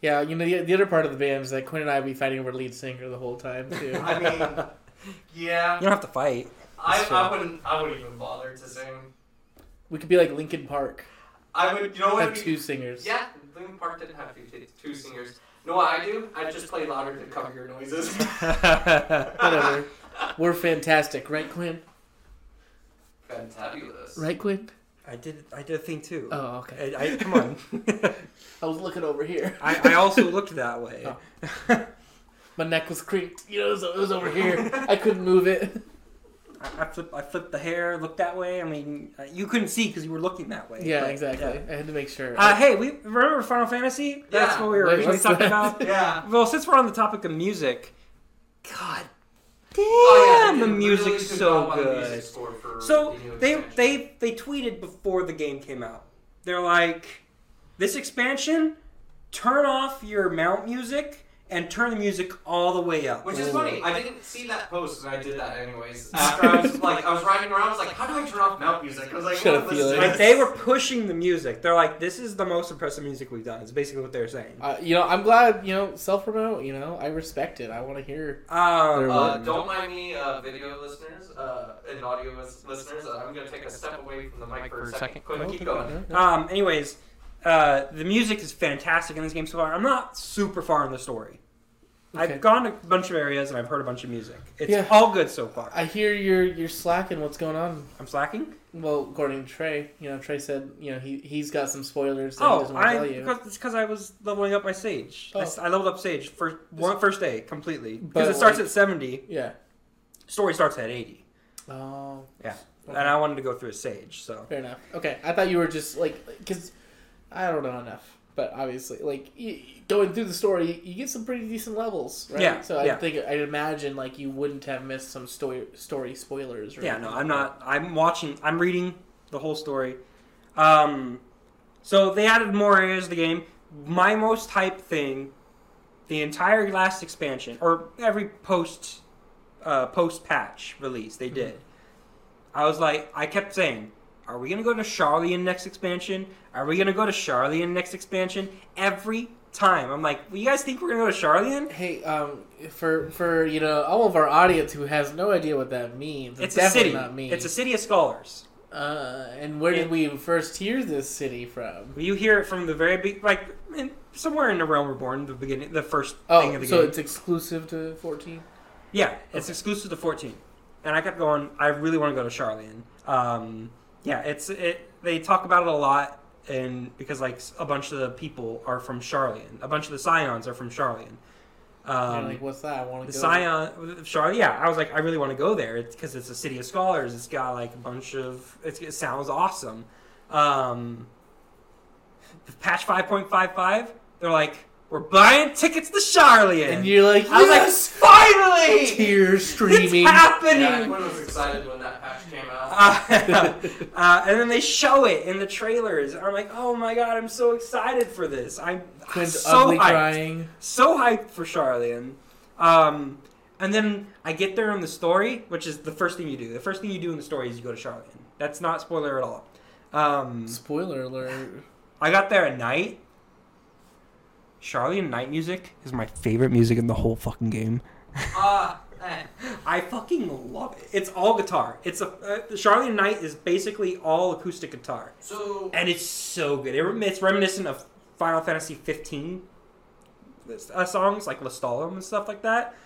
Yeah, you know the, the other part of the band is that Quinn and I be fighting over lead singer the whole time too.
I mean,
You
yeah.
don't have to fight.
I,
That's true.
I wouldn't I wouldn't even bother to sing.
we could be like Linkin Park,
I would. You know what?
have
would be-
two singers.
Yeah, Linkin Park didn't have two, two singers. You know what I do? I just play louder to cover your noises.
Whatever. We're fantastic, right, Quinn?
Fantabulous.
Right, Quinn?
I did. I did a thing too.
Oh, okay.
I, I, come on.
I was looking over here.
I, I also looked that way.
My neck was creaked. You know, it was, it was over here. I couldn't move it.
I, I flipped. I flipped the hair. Looked that way. I mean, uh, you couldn't see because you were looking that way.
Yeah,
but,
exactly.
yeah.
I had to make sure.
Uh, hey, we remember Final Fantasy? That's
Yeah.
what we were
Wait,
originally
what's
talking
that?
about.
Yeah.
Well, since we're on the topic of music, God damn,
Oh, yeah, they
the
did a
music's
really good job
so
on the music
good.
score for
So
the new
they
expansion.
they they tweeted before the game came out. They're like, this expansion, turn off your mount music and turn the music all the way up.
Which is funny. I didn't see that post, and I did that anyways. After I was like, I was riding around, I was like, how do I turn off mount music? I was like,
Shut
oh,
up,
this is
Felix.
Like they were pushing the music. They're like, this is the most impressive music we've done. It's basically what they're saying.
Uh, you know, I'm glad, you know, self promote, you know, I respect it. I want to hear.
Um,
Uh, don't mind me, uh, video listeners uh, and audio lis- listeners. Uh, I'm gonna take a step away from the mic for a second. Quinn,
Oh,
keep going.
Um, anyways, uh, the music is fantastic in this game so far. I'm not super far in the story.
Okay.
I've gone to a bunch of areas and I've heard a bunch of music. It's
Yeah.
all good so far.
I hear you're, you're slacking. What's going on?
I'm slacking.
Well, according to Trey, you know, Trey said, you know, he, he's got some spoilers that he
Oh,
doesn't want to
I
tell you.
because, it's because I was leveling up my sage. I, s-
Oh.
I leveled up sage first one first day completely
But,
because it starts
like-
at 70.
Yeah.
Story starts at 80,
Oh,
and I wanted to go through a sage. So
fair enough. Okay. I thought you were just like, because I don't know enough, but obviously, like y- y- going through the story, you get some pretty decent levels, right?
Yeah,
So I
yeah.
think I'd imagine like you wouldn't have missed some story story spoilers. Or
Yeah,
anything
no,
like
I'm
that.
not. I'm watching. I'm reading the whole story. Um, so they added more areas to the game. My most hype thing, the entire last expansion or every post, uh, post patch release
Mm-hmm.
they did. I was like, I kept saying, "Are we gonna go to Charlie in next expansion? Are we gonna go to Charlie in next expansion?" Every time, I'm like, well, "You guys think we're gonna go to Charlie in?"
Hey, um, for for you know all of our audience who has no idea what that means,
It's
it's,
a
definitely
city.
not me.
It's a city of scholars.
uh, and where did we first hear this city from?
You hear it from the very be- like in, somewhere in the realm reborn, the beginning, the first thing
Oh,
of the
so
game.
it's exclusive to 14.
yeah, it's exclusive to 14. And I kept going. I really want to go to Charlian. Um, yeah, it's it. They talk about it a lot, and because like a bunch of the people are from Charlian, a bunch of the Scions are from Charlian.
Um,
Um,
like, what's that? I want
the
to go.
Scion, Charlotte. Yeah, I was like, I really want to go there because it's, a city of scholars. It's got like a bunch of. It's, it sounds awesome. Um, patch five point five five. They're like, we're buying tickets to Charlian.
and you're like,
I was like,
yes,
finally,
tears streaming.
it's happening.
Yeah, everyone was excited when that patch came out.
Uh, uh, and then they show it in the trailers. I'm like, oh my god, I'm so excited for this. I'm
Quint
so
ugly
hyped.
crying.
so hyped for Charlian. Um, and then I get there in the story, which is the first thing you do. The first thing you do in the story is you go to Charlian. That's not spoiler at all. Um,
Spoiler alert.
I got there at night. Charlian night music is my favorite music in the whole fucking game.
Ah, eh.
I fucking love it. It's all guitar. It's a uh, Charlian Night is basically all acoustic guitar,
so
and it's so good. It, rem- it's reminiscent of Final Fantasy 15 uh, songs like Lestalum and stuff like that.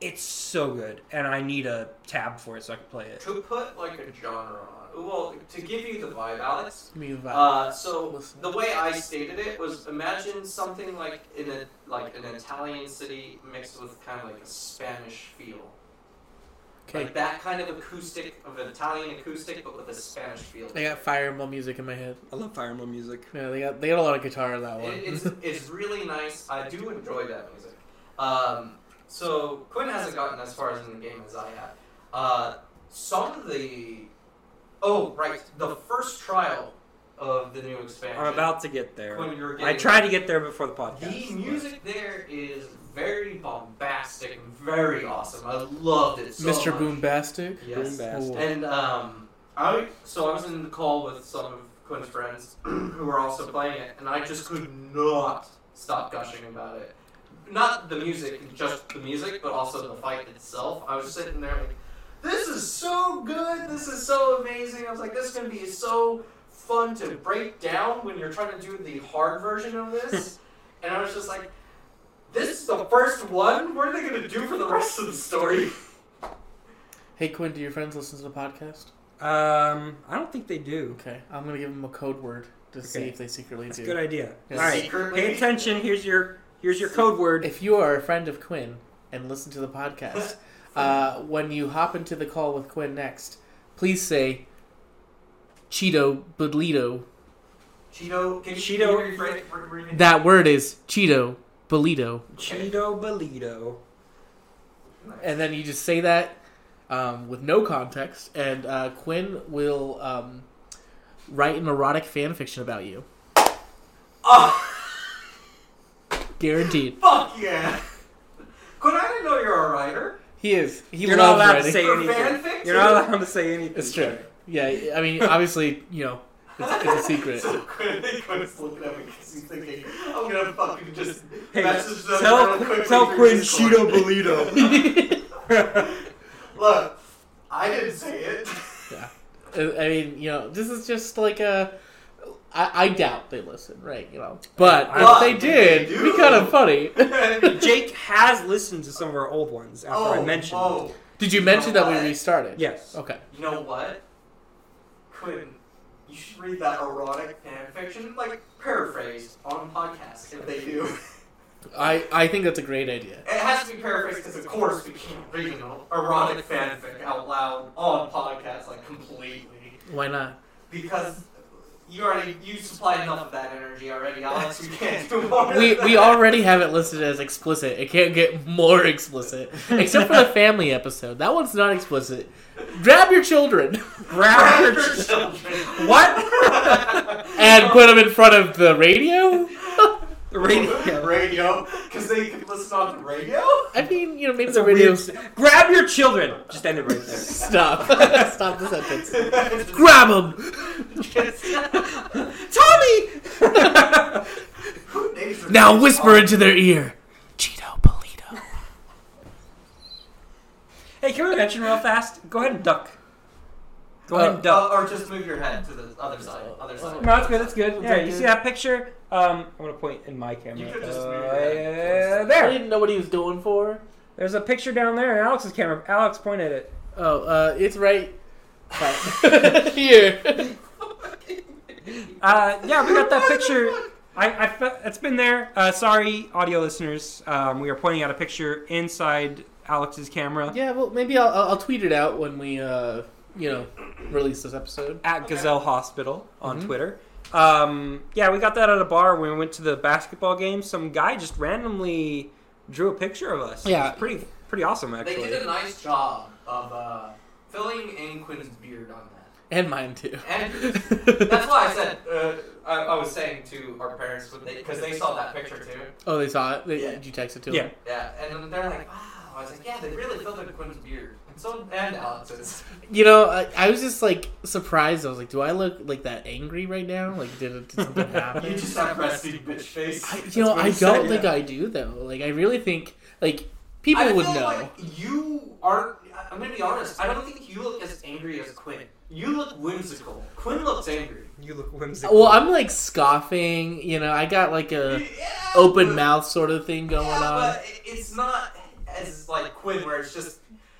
It's so good, and I need a tab for it so I can play it.
to put like a genre on, well, to give you the vibe, Alex,
Give me the vibe.
Uh, so
Listen.
the way I stated it was imagine something like in a like an Italian city mixed with kind of like a Spanish feel.
okay,
Like that kind of acoustic of an Italian acoustic but with a Spanish feel.
I got Fire Emblem music in my head.
I love Fire Emblem music.
Yeah, they got they got a lot of guitar in that one.
It- it's, it's really nice. I do enjoy that music. Um, so Quinn hasn't gotten as far as in the game as I have. Uh, some of the oh right, the first trial of the new expansion.
I'm about to get there.
when you were
I
getting
tried to get there before the podcast.
The music there is very bombastic, and very awesome. I loved it so
Mr.
much.
Boombastic.
Yes.
Boombastic.
And um, I so I was in the call with some of Quinn's friends who were also playing it, and I just could not stop gushing about it. Not the music, just the music, but also the fight itself. I was sitting there like, this is so good. This is so amazing. I was like, this is gonna be so fun to break down when you're trying to do the hard version of this. and I was just like, this is the first one. What are they gonna do for the rest of the story?
Hey Quinn, do your friends listen to the podcast?
Um, I don't think they do.
Okay, I'm gonna give them a code word to see
Okay.
if they secretly
That's a
do.
good idea.
Yeah.
All right,
Secretly?
pay attention. Here's your here's your code word.
If you are a friend of Quinn and listen to the podcast, uh, when you hop into the call with Quinn next, please say Cheeto Bolito.
Cheeto, can you
Cheeto-
can you rephrase- re- re-
That word is Cheeto Bolito.
Cheeto Bolito.
And then you just say that um, with no context, and uh, Quinn will um, write an erotic fan fiction about you.
Oh,
Guaranteed.
fuck yeah! Could I didn't know you're a writer.
He is. He
You're not
loves
allowed
writing.
to say
For
anything.
fanfic,
You're not
too?
allowed to say anything.
It's true. Yeah, I mean, obviously, you know, it's, it's a secret.
So quickly, Quinn's looking at me because he's thinking, I'm gonna fucking just
Hey,
message them
tell,
real quickly
tell
through
Quinn
Discord.
Cheeto Bolito.
Look, I didn't say it.
Uh, I mean, you know, this is just like a. I, I doubt they listen, right? You know, but if
But
they
they
did,
do.
it'd be kind of funny.
Jake has listened to some of our old ones after
oh,
I mentioned. it.
oh,
Did you mention that
What?
we restarted?
Yes.
Okay.
you know what? Quinn, you should read that erotic fanfiction, like paraphrased on podcasts if they do.
I I think that's a great idea.
It has to be paraphrased because, of course, we can't read an erotic fanfic out loud on podcasts, like, completely.
Why not?
Because You already you supplied enough of that energy already, Alex. We can't do more.
We we already have it listed as explicit. It can't get more explicit, except for the family episode. That one's not explicit. Grab your children
Grab your
Your
ch-
children.
What?
and put them in front of the radio.
radio.
radio, because they can listen on the radio.
I mean, you know, maybe
That's a
the radio.
weird. s- Grab your children. Just end it right there.
Stop. Stop the sentence. Grab them
Tommy.
Who names their
now.
kids
Whisper
Tommy?
into their ear. Cheeto Polito.
hey, can we mention real fast? Go ahead and duck. Go ahead and duck.
Uh, or just move your head to the other side. Other side.
No, that's good. That's good. Yeah,
that
you
good?
see that picture? Um, I'm gonna point in my camera.
uh, You could just
Uh,
move your head.
yeah,
I
there.
didn't know what he was going for.
There's a picture down there in Alex's camera. Alex pointed it.
Oh, uh, it's right here.
Uh, yeah, we got that picture. I, I fe- it's been there. Uh, sorry, audio listeners. Um, we are pointing out a picture inside Alex's camera
Yeah, well, maybe I'll, I'll I'll tweet it out when we, uh, you know, release this episode.
at
Okay.
Gazelle Hospital on
Mhm.
Twitter. Um, yeah, we got that at a bar when we went to the basketball game. Some guy just randomly drew a picture of us. It was
Yeah.
pretty pretty awesome
They
actually.
did a nice job of uh, filling in Quinn's beard on that.
And mine too.
And that's why I said uh, I, I was saying to our parents because they, saw that picture too.
oh, they saw it. They,
Yeah.
Did you text it to
Yeah.
them?
Yeah, and then they're like, "Wow!" I was like, "Yeah, they really filled in Quinn's beard." And so and Alex's.
You know, I, I was just like surprised. I was like, do I look like that angry right now? Like, did, it, did something happen?
You just have resting bitch face.
I, you know,
what
I
he said,
don't think
yeah.
I do though. Like, I really think like people
I
would
feel
know.
Like you aren't. I- I'm gonna be honest. I don't think you look as angry as Quinn. You look whimsical. Quinn looks angry.
You look whimsical.
well, I'm like scoffing. You know, I got like a
Yeah,
open
but-
mouth sort of thing going
yeah,
on.
But it- it's not as like Quinn, where it's just.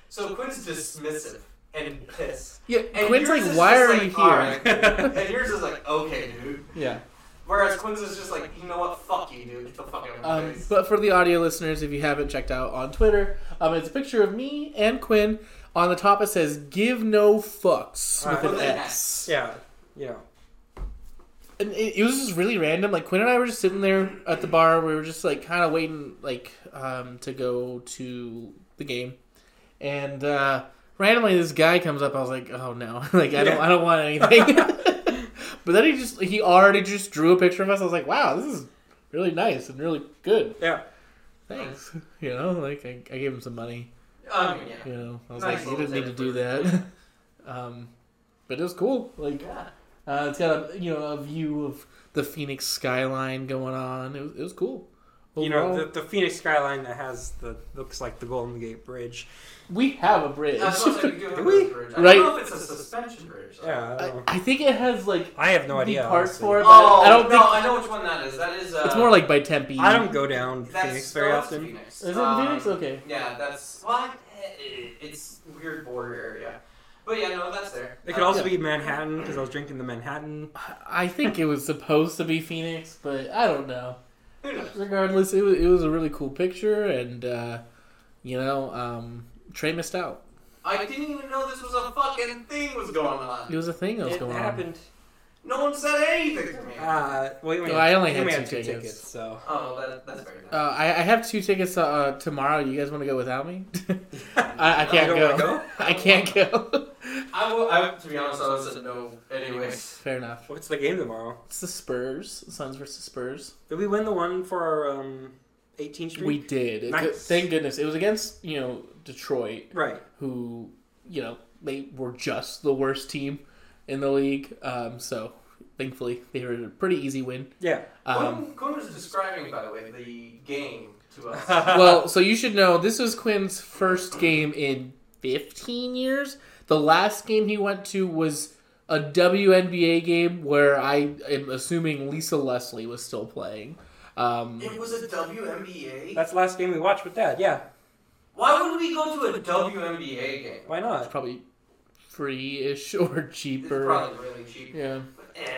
So Quinn's dismissive and pissed,
Yeah,
and
Quinn's
yours
like,
is
why
just
are
like,
you here?
"Alright, dude." and yours is like, okay, dude.
Yeah.
Whereas Quinn's is just like, you know what, fuck you, dude. Get the fuck out of my
Um,
face.
but for the audio listeners, if you haven't checked out on Twitter, um, it's a picture of me and Quinn. On the top, it says "Give no fucks"
Alright.
with an
With an
X.
yeah, yeah.
And it, it was just really random. Like Quinn and I were just sitting there at the bar. We were just like kind of waiting, like um, to go to the game. And uh, randomly, this guy comes up. I was like, "Oh no!" like I don't,
Yeah.
I don't want anything. but then he just, he already just drew a picture of us. I was like, "Wow, this is really nice and really good."
Yeah.
Thanks. You know, like I, I gave him some money.
um, yeah.
You know, I was
Nice
like, you didn't
little
need to do
tip.
that. um, but it was cool. Like,
yeah.
uh, it's got a you know a view of the Phoenix skyline going on. It was, it was cool.
You know,
Overall,
the, the Phoenix skyline that has the looks like the Golden Gate Bridge.
we have a bridge.
That's what I said, we do have a
We-
bridge. I
Right.
don't know if it's a suspension bridge. though.
Yeah, I, don't
I,
know.
I think it has like
I have no
the
idea.
parts
honestly.
for it. But
Oh,
I
no,
don't think
I know which one that is. That is. Uh,
it's more like by Tempe.
I don't go down
that's
Phoenix very
oh, that's
often.
Phoenix.
Is it
Um,
Phoenix? Okay.
Yeah, that's well, I- eh, it's weird border area, but yeah, no, that's there.
It could
Uh,
also be Manhattan because I was drinking the Manhattan.
I think it was supposed to be Phoenix, but I don't know.
Who knows?
Regardless, it was, it was a really cool picture, and uh, you know, um, Trey missed out.
I didn't even know this was a fucking thing was going
It
on.
was a thing that was
it
going on.
happened.
No one said anything to me.
Uh, well, you
No,
only
I only
you
had two
two
tickets.
so
oh, that, that's very nice.
Uh, I, I have two tickets uh, tomorrow. You guys want to go without me? I, I can't
Oh, You
go.
don't wanna go?
I can't go.
I, w- I, to be honest, I would have said no anyways.
Fair enough.
What's the game tomorrow?
It's the Spurs. Suns versus Spurs.
Did we win the one for our um, 18 streak?
We did. It-
Nice.
Thank goodness. It was against you know Detroit,
right.
who you know they were just the worst team in the league. Um, so thankfully they were a pretty easy win.
Yeah.
Um,
Quinn, Quinn was describing, by the way, the game to us.
well, so you should know this was Quinn's first game in 15 years. The last game he went to was a WNBA game where I am assuming Lisa Leslie was still playing. Um,
it was a WNBA.
That's the last game we watched with Dad. Yeah.
Why would we go to a WNBA game?
Why
it's
not?
probably free ish or
It's
cheaper.
probably really cheap.
Yeah.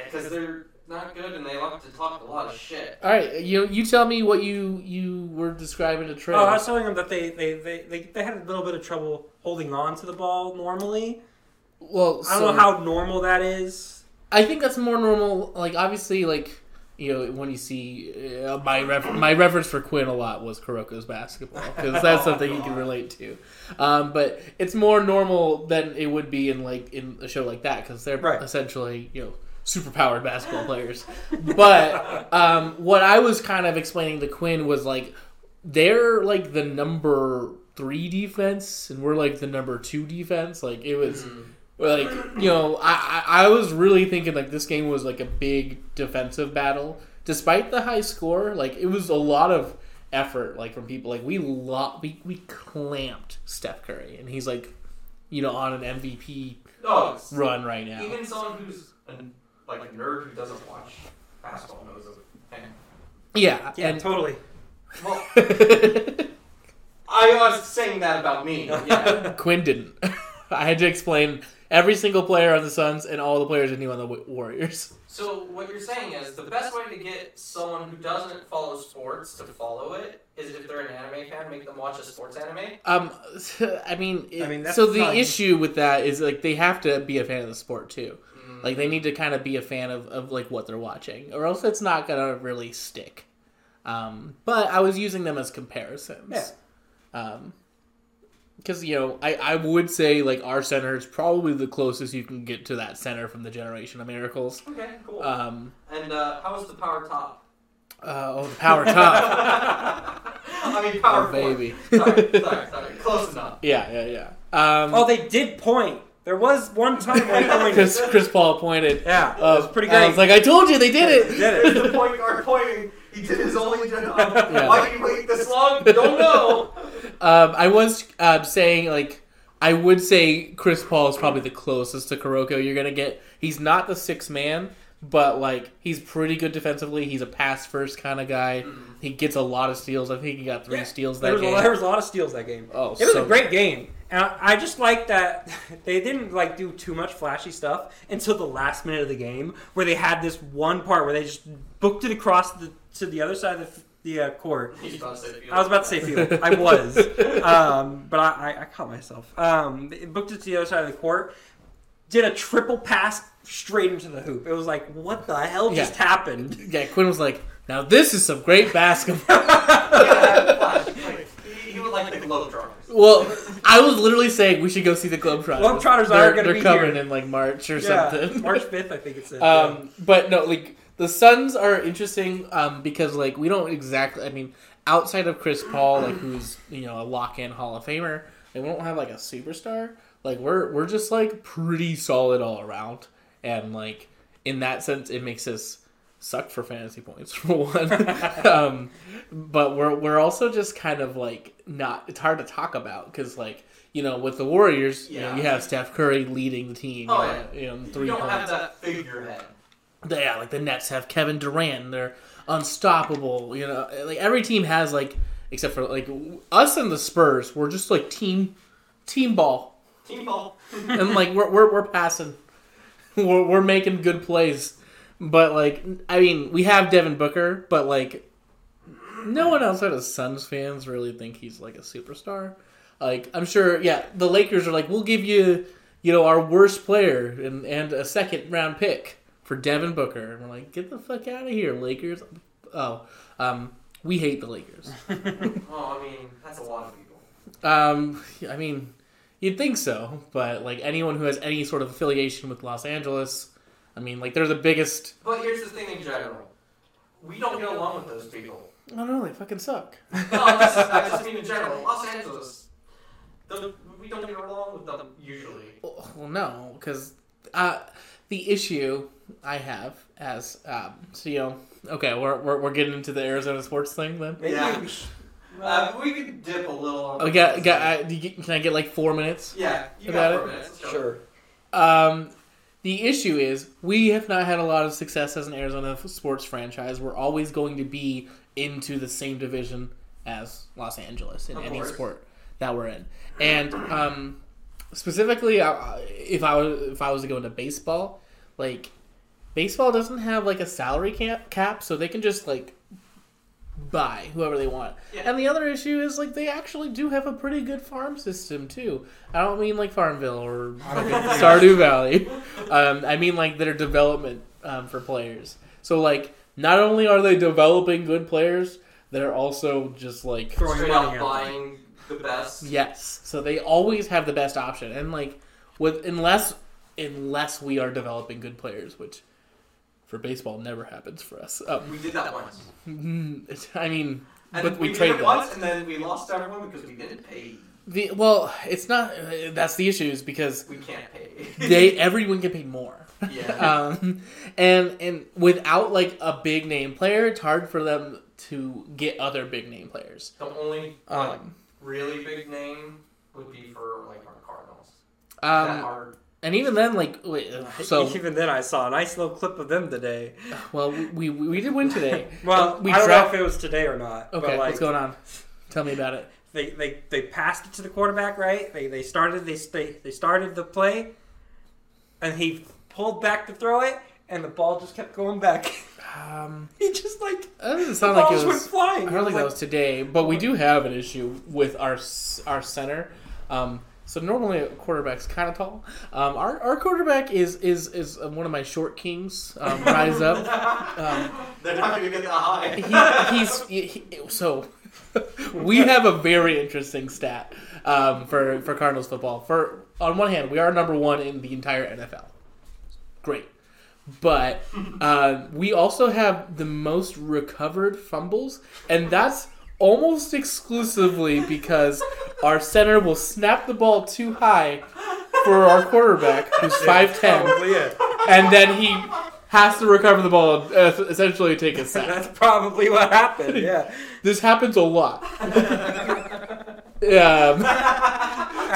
Because they're not good and they like to talk a lot of shit.
All right. You you tell me what you you were describing to Trey.
Oh, I was telling them that they they, they, they they had a little bit of trouble holding on to the ball normally.
well,
I
so
don't know how normal that is.
I think that's more normal. Like obviously, like you know, when you see uh, my refer- my reference for Quinn a lot was Kuroko's basketball because that's something you can relate to. Um, but it's more normal than it would be in like in a show like that because they're
Right.
essentially you know superpowered basketball players. But um, what I was kind of explaining to Quinn was like they're like the number three defense and we're like the number two defense. Like it
Mm-hmm.
was.
Mm.
Well, like you know, I, I I was really thinking like this game was like a big defensive battle, despite the high score. Like it was a lot of effort, like from people. Like we lo- we we clamped Steph Curry, and he's like, you know, on an MVP
Oh, it's-
run right now.
even someone who's a, like a nerd who doesn't watch basketball knows of it. Man.
yeah,
Yeah,
and
totally.
Well, I was saying that about me. Yeah.
Quinn didn't. I had to explain every single player on the Suns and all the players I knew on the Wa- Warriors.
So what you're saying is the best way to get someone who doesn't follow sports to follow it is if they're an anime fan, make them watch a sports anime.
Um, I mean, it,
I mean, that's
so the
fine.
issue with that is like they have to be a fan of the sport too.
Mm-hmm.
Like they need to kind of be a fan of, of like what they're watching, or else it's not gonna really stick. Um, but I was using them as
Yeah.
comparisons. Because you know, I, I would say like our center is probably the closest you can get to that center from the Generation of Miracles.
Okay, cool.
Um,
and uh, how is the power top?
uh, oh, the power top,
I mean, power
oh,
forward.
baby.
Sorry, sorry, sorry. Close enough.
yeah, yeah, yeah. Um,
Oh, they did point. There was one time they pointed.
Chris Chris Paul pointed.
Yeah,
Uh,
it was pretty
I
great.
was like, I told you, they did it.
Did
There's
it.
the point guard pointing. He did his only job.
Yeah.
Why did you wait this long? Don't know.
Um, I was um, saying like I would say Chris Paul is probably the closest to Kuroko you're gonna get. He's not the six man, but like he's pretty good defensively. He's a pass first kind of guy. He gets a lot of steals. I think he got three
Yeah.
steals
There
that
was, a,
game.
there was a lot of steals that game.
Oh,
it was
so
a great game, and I, I just like that they didn't like do too much flashy stuff until the last minute of the game, where they had this one part where they just booked it across the, to the other side of the, the uh, court.
He's about to say field.
I was about to say field. I was, um, but I, I, I caught myself. Um, they booked it to the other side of the court. Did a triple pass straight into the hoop. It was like, what the hell
Yeah.
just happened?
Yeah, Quinn was like, now this is some great basketball.
Yeah, flash, like, he, he would like the glow drawers.
well, I was literally saying we should go see the Globetrotters.
Globetrotters
They're-
are gonna
they're
be
coming
here.
in like March or something.
March fifth, I think it said.
Um, but no, like the Suns are interesting um, because like we don't exactly. I mean, outside of Chris Paul, like who's you know a lock-in Hall of Famer, like, we don't have like a superstar. Like we're we're just like pretty solid all around, and like in that sense, it makes us suck for fantasy points for one. um, but we're we're also just kind of like not. It's hard to talk about because like. You know, with the Warriors, you, know,
Yeah.
you have Steph Curry leading the team.
Oh,
you know, you know,
You
three
don't have
points
that figurehead.
the- yeah, like the Nets have Kevin Durant, and they're unstoppable. You know, like every team has like, except for like us and the Spurs, we're just like team, team ball,
Team ball.
and like we're we're, we're passing, we're we're making good plays, but like I mean we have Devin Booker, but like no one outside of Suns fans really think he's like a superstar. Like I'm sure, yeah, the Lakers are like we'll give you you know our worst player and and a second round pick for Devin Booker, and we're like get the fuck out of here, Lakers. Oh, um, we hate the Lakers.
Oh, I mean, that's a lot of people.
Um, I mean, you'd think so, but like anyone who has any sort of affiliation with Los Angeles, I mean, like they're the biggest.
But here's the thing in general. We don't get along with those people.
I don't know, they fucking suck.
No, I just, I just mean in general. Los Angeles. The, we don't get along with them usually.
Well, no, because uh, the issue I have as um, so you know, okay, we're, we're we're getting into the Arizona sports thing then.
Maybe
yeah.
we should-
Uh, we could dip a little on
Oh, got, got, I, do you get- can I get like four minutes?
Yeah, you
About
got four
it?
minutes. Let's go.
sure.
Um, the issue is we have not had a lot of success as an Arizona f- sports franchise. We're always going to be into the same division as Los Angeles in
Of
any
course.
sport that we're in, and um, specifically, I- if I was if I was to go into baseball, like baseball doesn't have like a salary cap, cap so they can just like buy whoever they want.
Yeah.
And the other issue is like they actually do have a pretty good farm system too. I don't mean like Farmville or
I don't think they-
Stardew Valley. Um, I mean like their development um, for players. So like not only are they developing good players, they're also just like
Throwing
Straight
money
out
at
buying the best.
yes. So they always have the best option. And like with unless unless we are developing good players, which for baseball never happens for us. Um,
We did that once.
mm, I mean,
And
but we,
did
trade
it
them.
once, and then we lost everyone because we didn't pay.
The well, it's not. uh, That's the issue is because
We can't pay.
they everyone can pay more.
yeah.
Um, and and without like a big name player, it's hard for them to get other big name players.
the only like,
Um,
really big name would be for like our Cardinals. that
um,
are
and even then, like wait, uh, so
Even then, I saw a nice little clip of them today.
well, we, we we did win today. Oh,
Well,
we
I don't
draft-
know if it was today or not.
Okay,
but like,
what's going on? Tell me about it.
They, they they passed it to the quarterback, right? They they started they they, they started the play, and he pulled back to throw it, and the ball just kept going back.
Um,
he just like
that doesn't
the
sound
ball
like
just
it
went
was.
flying.
I don't
Like,
think that was today, but we do have an issue with our s- our center. Um, so normally a quarterback's kind of tall. Um, our, our quarterback is is is uh, one of my short kings. Um, rise up. Um,
They're not going to get that high.
he, he's he, he- so we have a very interesting stat um, for for Cardinals football. For on one hand, we are number one in the entire NFL. Great, but uh, we also have the most recovered fumbles, and that's almost exclusively because our center will snap the ball too high for our quarterback, who's five ten,
Probably it.
and then he. Has to recover the ball, and, uh, essentially take a sack.
That's probably what happened. Yeah.
This happens a lot. um,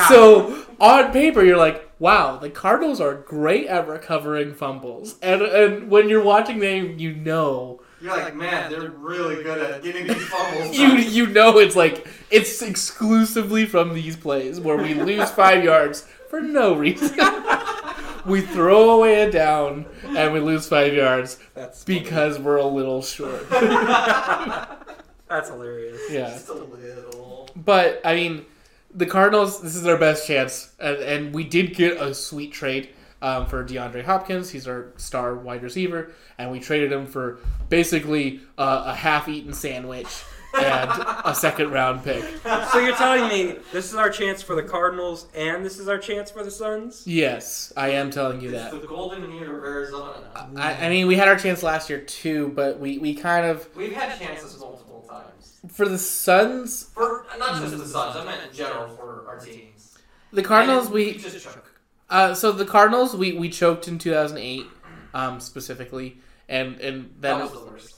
so on paper, you're like, wow, the Cardinals are great at recovering fumbles, and and when you're watching them, you know,
You're like, man, they're really good at getting these fumbles.
you you know it's like it's exclusively from these plays where we lose five yards for no reason. we throw away a down and we lose five yards
That's funny.
because we're a little short.
that's hilarious.
Yeah.
Just a little.
But I mean, the Cardinals. This is their best chance, and, and we did get a sweet trade um, for DeAndre Hopkins. He's our star wide receiver, and we traded him for basically uh, a half-eaten sandwich and a second-round pick.
So you're telling me this is our chance for the Cardinals, and this is our chance for the Suns?
Yes, I am telling you
It's
that.
the golden year of Arizona.
I, I mean, we had our chance last year too, but we, we kind of
We've had chances multiple times.
for the Suns,
For not just the Suns, I meant in general for our teams.
the Cardinals
And
we
just choke.
Uh, so the Cardinals, we, we choked in 2008, um, specifically, and and
That
then
was the worst.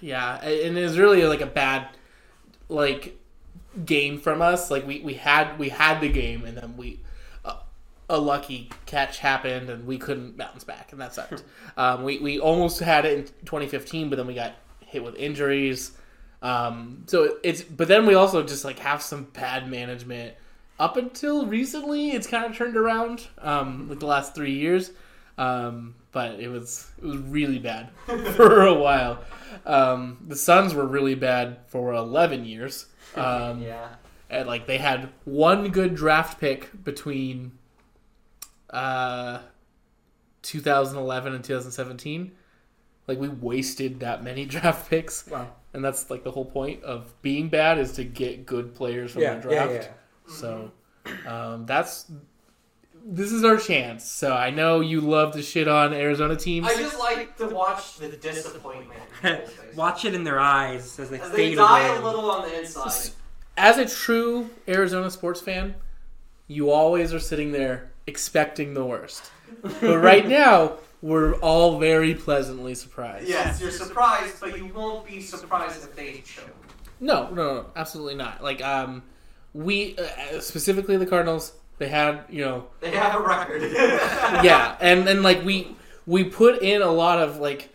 yeah, and it was really like a bad like game from us. Like we, we had we had the game, and then we a, a lucky catch happened, and we couldn't bounce back, and that sucked. um, we we almost had it in 2015, but then we got hit with injuries. Um, so it's but then we also just like have some bad management. Up until recently, it's kind of turned around, um, like the last three years. Um, but it was it was really bad for a while. Um, the Suns were really bad for eleven years. Um,
Yeah.
and like they had one good draft pick between uh 2011 and 2017 like we wasted that many draft picks
Wow.
and that's like the whole point of being bad is to get good players from
Yeah,
the
yeah,
draft
yeah.
so um that's this is our chance so i know you love to shit on arizona teams
I just like to watch the disappointment. in people's faces.
Watch it in their eyes as they
As they
fade
die
away.
a little on the inside.
as a true Arizona sports fan, you always are sitting there expecting the worst. But right now, we're all very pleasantly surprised.
Yes, you're surprised, but you won't be surprised if they choke.
No, no, no, absolutely not. Like um we uh, specifically the Cardinals, they had, you know,
They have a record.
yeah, and and like we we put in a lot of like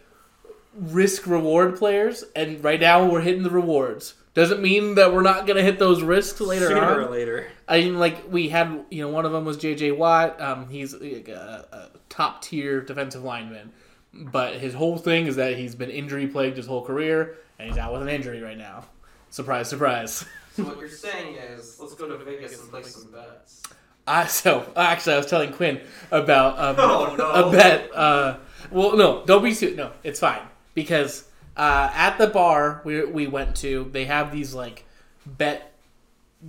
risk reward players and right now we're hitting the rewards. Doesn't mean that we're not going to hit those risks later
Sooner
on.
or later.
I mean, like we had, you know, one of them was J.J. Watt. Um, he's like, a, a top tier defensive lineman. But his whole thing is that he's been injury plagued his whole career, and he's out with an injury right now. Surprise, surprise.
So what you're saying is, let's go to Vegas and play some bets.
I so actually I was telling Quinn about um,
Oh, no.
a bet. Uh, well, no, don't be too. No, it's fine because uh, at the bar we we went to, they have these like bet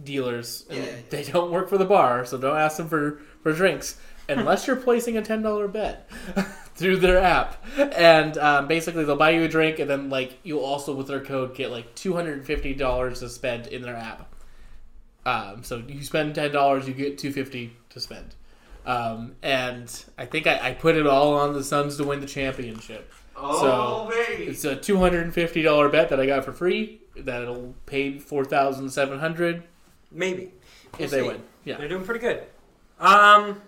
dealers. And
Yeah, yeah, yeah.
They don't work for the bar, so don't ask them for for drinks unless you're placing a ten dollar bet through their app. And um, basically, they'll buy you a drink, and then like you'll also with their code get like two hundred and fifty dollars to spend in their app. Um, so you spend ten dollars, you get two fifty to spend. Um, and I think I, I put it all on the Suns to win the championship.
Oh, baby.
It's a two hundred and fifty dollar bet that I got for free. That'll pay four thousand seven hundred
Maybe. We'll
if they
see.
win. Yeah.
They're doing pretty good. Um,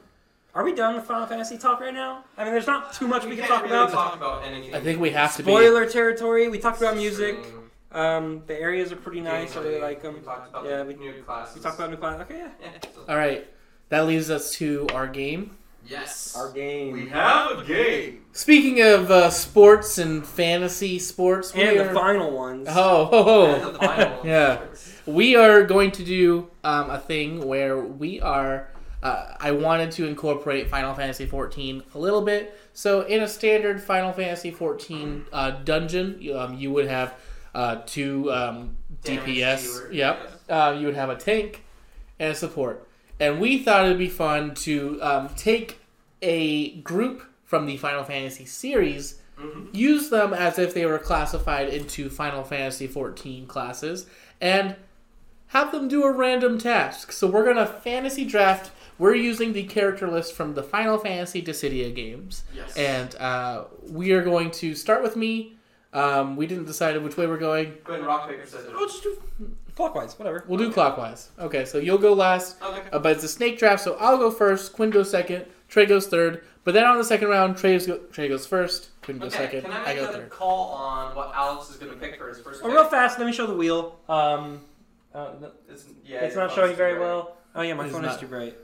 are we done with Final Fantasy talk right now? I mean, there's not too much we, can
can't
talk
really
about.
talk about anything.
I think we have to
Spoiler territory. We talked about music.
Stream,
Um, the areas are pretty nice. I really
gameplay,
like
We
them.
talked about
Yeah, we-
the new classes.
We talked about new class. Okay, yeah.
Yeah, so-
be. All right. That leaves us to our game.
Yes.
game.
We have a game.
Speaking of uh, sports and fantasy sports, we
and the
are-
final ones.
oh, ho,
And
ho.
the final
Yeah.
words.
We are going to do um, a thing where we are. Uh, I wanted to incorporate Final Fantasy XIV a little bit. So, in a standard Final Fantasy XIV uh, dungeon, you- um, you would have uh, two um,
Damage
DPS.
dealer,
Yep. Uh, you would have a tank and a support. And we thought it'd be fun to um, take a group from the Final Fantasy series use them as if they were classified into Final Fantasy XIV classes, and have them do a random task. So we're gonna fantasy draft. We're using the character list from the Final Fantasy Dissidia games,
Yes.
and uh, we are going to start with me. Um, we didn't decide which way we're going.
Go ahead and rock, paper, scissors.
We'll just do clockwise, whatever.
We'll do clockwise. Okay, so you'll go last.
Oh, Okay.
Uh, but it's a snake draft, so I'll go first. Quinn goes second. Trey goes third. But then on the second round, Trey, go, Trey goes first. Quinn goes
Okay,
second.
Can I make
I go
another
third.
call on what Alex is going to pick for his first
Oh,
pick?
real fast, let me show the wheel. Um, uh, no,
It's, yeah,
it's
your
not
phone's
showing
too
very
bright.
well. Oh yeah, my
It's
phone is
not.
too bright.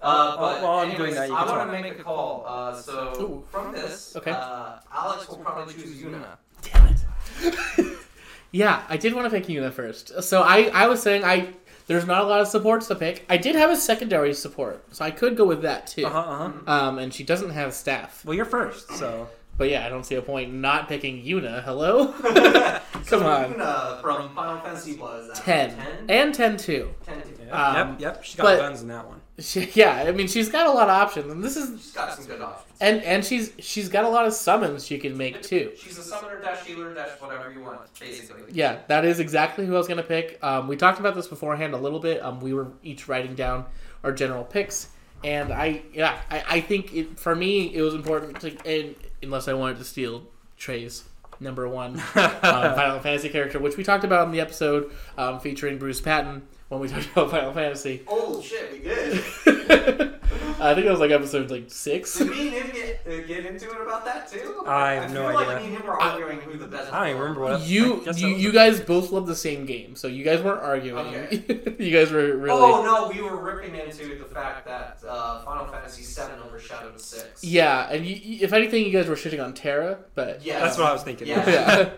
Uh,
While-
but
while I'm
anyways,
doing that, you
I
can
want to
talk.
make a call. Uh, so
Ooh.
from this,
Okay.
uh, Alex will probably choose Yuna.
Damn it. yeah, I did want to pick Yuna first. So I, I was saying I there's not a lot of supports to pick. I did have a secondary support, so I could go with that too.
Uh
Uh-huh.
huh. Uh huh.
Um, and she doesn't have staff.
Well, you're first, so
But yeah, I don't see a point not picking Yuna. Hello? Come on.
Yuna from Final Fantasy was uh,
10.
Ten.
And 10 too.
Ten. Ten.
Um,
yep, yep. She got
but-
guns in that one.
She, yeah, I mean, she's got a lot of options. And this is.
She's got some good options.
And, and she's she's got a lot of summons she can make too.
She's a summoner dash healer dash whatever you want, basically.
Yeah, that is exactly who I was going to pick. Um, we talked about this beforehand a little bit. Um, we were each writing down our general picks, and I, yeah, I, I think it, for me it was important to, and, unless I wanted to steal Trey's number one um, Final Fantasy character, which we talked about in the episode um, featuring Bruce Patton when we talked about Final Fantasy.
Oh shit, we good.
I think that was like episode like six.
Did me and him get, uh, get into it about that too?
I have no
feel like
idea.
me and him were arguing who the best.
I don't even remember what. else- I
You
guess
you,
that was
you
it.
guys both love the same game, so you guys weren't arguing. you guys were really
Oh no, we were ripping into the fact that uh, Final Fantasy VII overshadowed six.
Yeah, and you, you- if anything, you guys were shitting on Terra, but
Yeah.
That's what I was thinking.
Yeah.
yeah,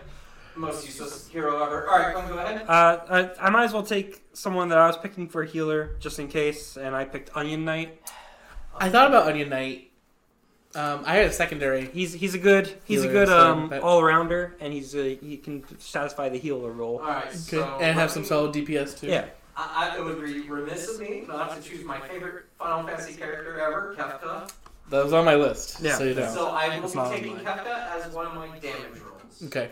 Most useless hero ever. All right, come go ahead.
Uh, I, I might as well take someone that I was picking for a healer just in case, and I picked Onion Knight.
I thought about Onion Knight. Um, I had a secondary.
He's he's a good he's
Healer,
a good
so
um,
that-
all rounder, and he's a, he can satisfy the healer role.
All right,
Good.
so
and have
let
some
me-
solid DPS too.
Yeah,
I, I would be remiss of me not to choose my favorite Final Fantasy character ever, Kefka.
that was on my list.
Yeah.
so you know.
So I will
It's
be
not
taking
mine.
Kefka as one of my damage rolls.
okay.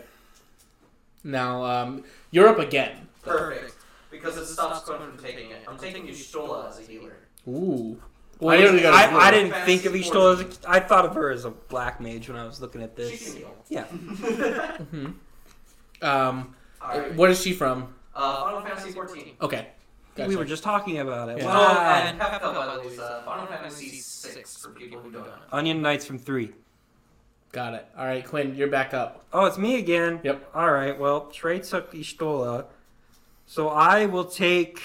Now um, you're up again.
Perfect, because it stops Quinn from taking it. I'm taking Ustola as a healer.
Ooh.
I,
you already
didn't,
got a
I,
zero.
I didn't
Fantasy
think of Ishtola as a, I thought of her as a black mage when I was looking at
She
this.
can heal.
Yeah.
Um,
All right.
what is she from?
Uh, Final Fantasy 14.
Okay. Gotcha.
We were just talking about it.
Yeah.
Wow.
Oh, and
Ah.
Kefka, by the way, is uh, Final Fantasy 6 for people who don't know.
Onion Knight's from three.
Got it. All right, Quinn, you're back up.
Oh, it's me again.
Yep.
All right. Well, Trey took Ishtola, so I will take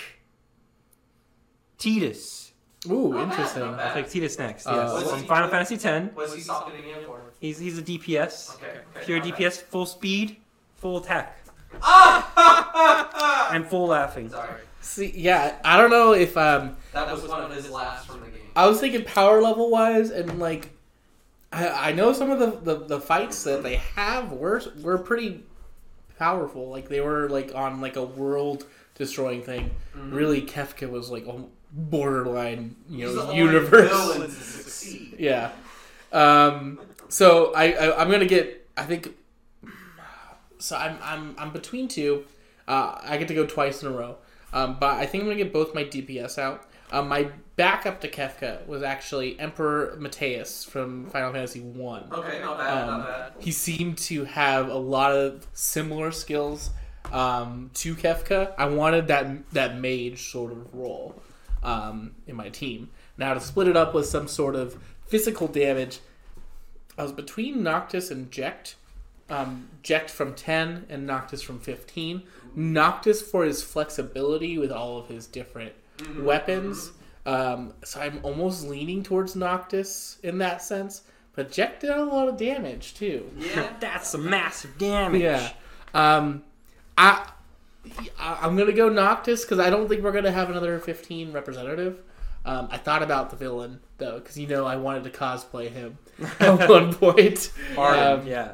Titus.
Ooh,
Not bad,
interesting.
not bad.
Tuxedo's next.
Uh,
Yes,
what's
from
he
Final
doing?
Fantasy X.
What's he stopping in here for?
He's he's a DPS.
Okay. okay
Pure
not bad.
DPS, full speed, full attack,
Ah!
and full laughing.
Sorry.
See, yeah, I don't know if um,
That was one of his laughs from the game.
I was thinking power level wise, and like, I, I know some of the, the, the fights that they have were were pretty powerful. Like they were like on like a world destroying thing.
Mhm.
Really, Kefka was like on borderline, you
He's the
know,
only
universe.
villain to succeed.
Yeah. Um, so I, I I'm gonna get I think. So I'm I'm I'm between two. Uh, I get to go twice in a row. Um, but I think I'm gonna get both my DPS out. Um, my backup to Kefka was actually Emperor Mateus from Final Fantasy One.
Okay, not bad,
Um,
not bad.
he seemed to have a lot of similar skills um, to Kefka. I wanted that that mage sort of role um, in my team. Now to split it up with some sort of physical damage, I was between Noctis and Jekt. Um, Jekt from ten and Noctis from fifteen. Noctis for his flexibility with all of his different weapons. Um, so I'm almost leaning towards Noctis in that sense. But Jekt did a lot of damage too.
Yeah.
That's some massive damage.
Yeah. Um, I, I I'm gonna go Noctis because I don't think we're gonna have another 15 representative. Um, I thought about the villain though because you know I wanted to cosplay him at one point.
Arden,
Um,
yeah.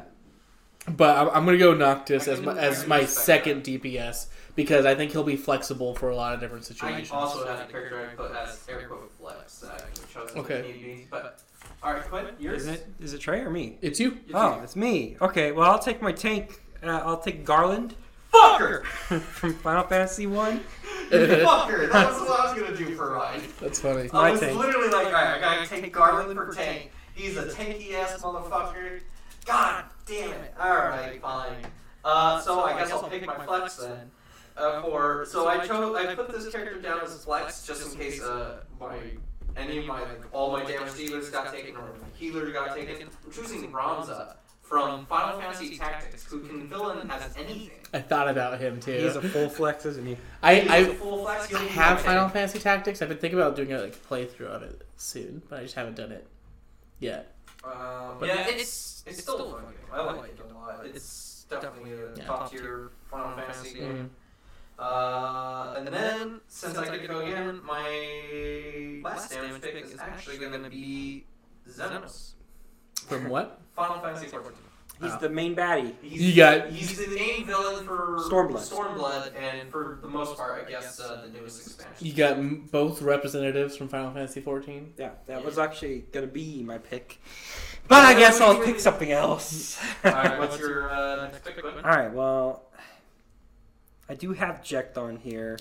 But I'm, I'm gonna go Noctis
I
as my,
can- I
as
can
my
respect
second DPS because I think he'll be flexible for a lot of different
I
situations.
also had a character I put as air quote flex that I could have chosen
Okay.
if need be, but alright, Quinn, yours?
Is it is it Trey or me?
It's you.
It's
Oh, it's me. Okay, well I'll take my tank. Uh, I'll take Garland
you. Fucker!
from Final Fantasy One.
Fucker! That was what I was gonna do for Ryan.
That's funny.
I
My
was
tank.
literally like, alright, I gotta take Garland for tank. He's a tanky ass motherfucker. God damn it. Alright, fine. Uh, so I guess I'll pick my flex then. Uh, for so I chose I put this character down as flex just in case uh my any of my like, all my damage dealers got taken or my healer got taken. I'm choosing Bronza from Final Fantasy Tactics, who can fill in as anything.
I thought about him too.
He's a full flex, isn't he?
I
He's
I
a full flex, he'll
I
be
have
okay.
Final Fantasy Tactics. I've been thinking about doing a like playthrough of it soon, but I just haven't done it yet.
Um,
But
yeah,
it's-
it's it's still a fun game. I like it a lot. It's definitely a
Yeah.
top tier Final Fantasy game.
Mhm.
Uh, and then, since I could go again, my last damage pick is actually going to be Xenos.
From what?
Final Fantasy XIV.
He's
Oh.
the main baddie.
He's,
You got-
he's the main villain for
Stormblood.
Stormblood, and for the most part, I guess uh, the newest expansion.
You got m- both representatives from Final Fantasy 14.
Yeah, that was actually gonna be my pick, but I guess I'll pick something else. All
Alright, what's your uh, next pick? Quinn?
All right, well, I do have Jekt on here.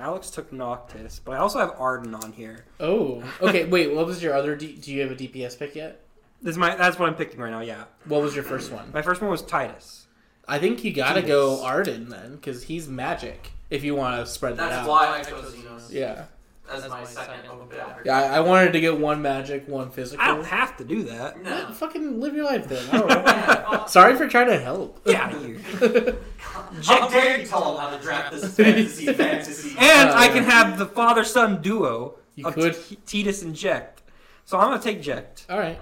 Alex took Noctis, but I also have Arden on here.
Oh, okay. Wait, what was your other? D- do you have a DPS pick yet?
This is my that's what I'm picking right now. Yeah,
What was your first one?
my first one was Titus.
I think you gotta go Arden then, because he's magic. If you want to spread that
That's
out.
why I chose Xenos
Yeah,
as my second open batter.
yeah. I I wanted to get one magic, one
I don't
physical.
have to do that.
No.
Fucking live your life then. I don't know.
Yeah, oh,
Sorry for trying to help.
Get out of here.
How dare you tell him how to draft this fantasy fantasy?
And
Uh,
I can have the father son duo
You
of
could.
T- Titus and Jekt. So I'm gonna take Jekt,
All right.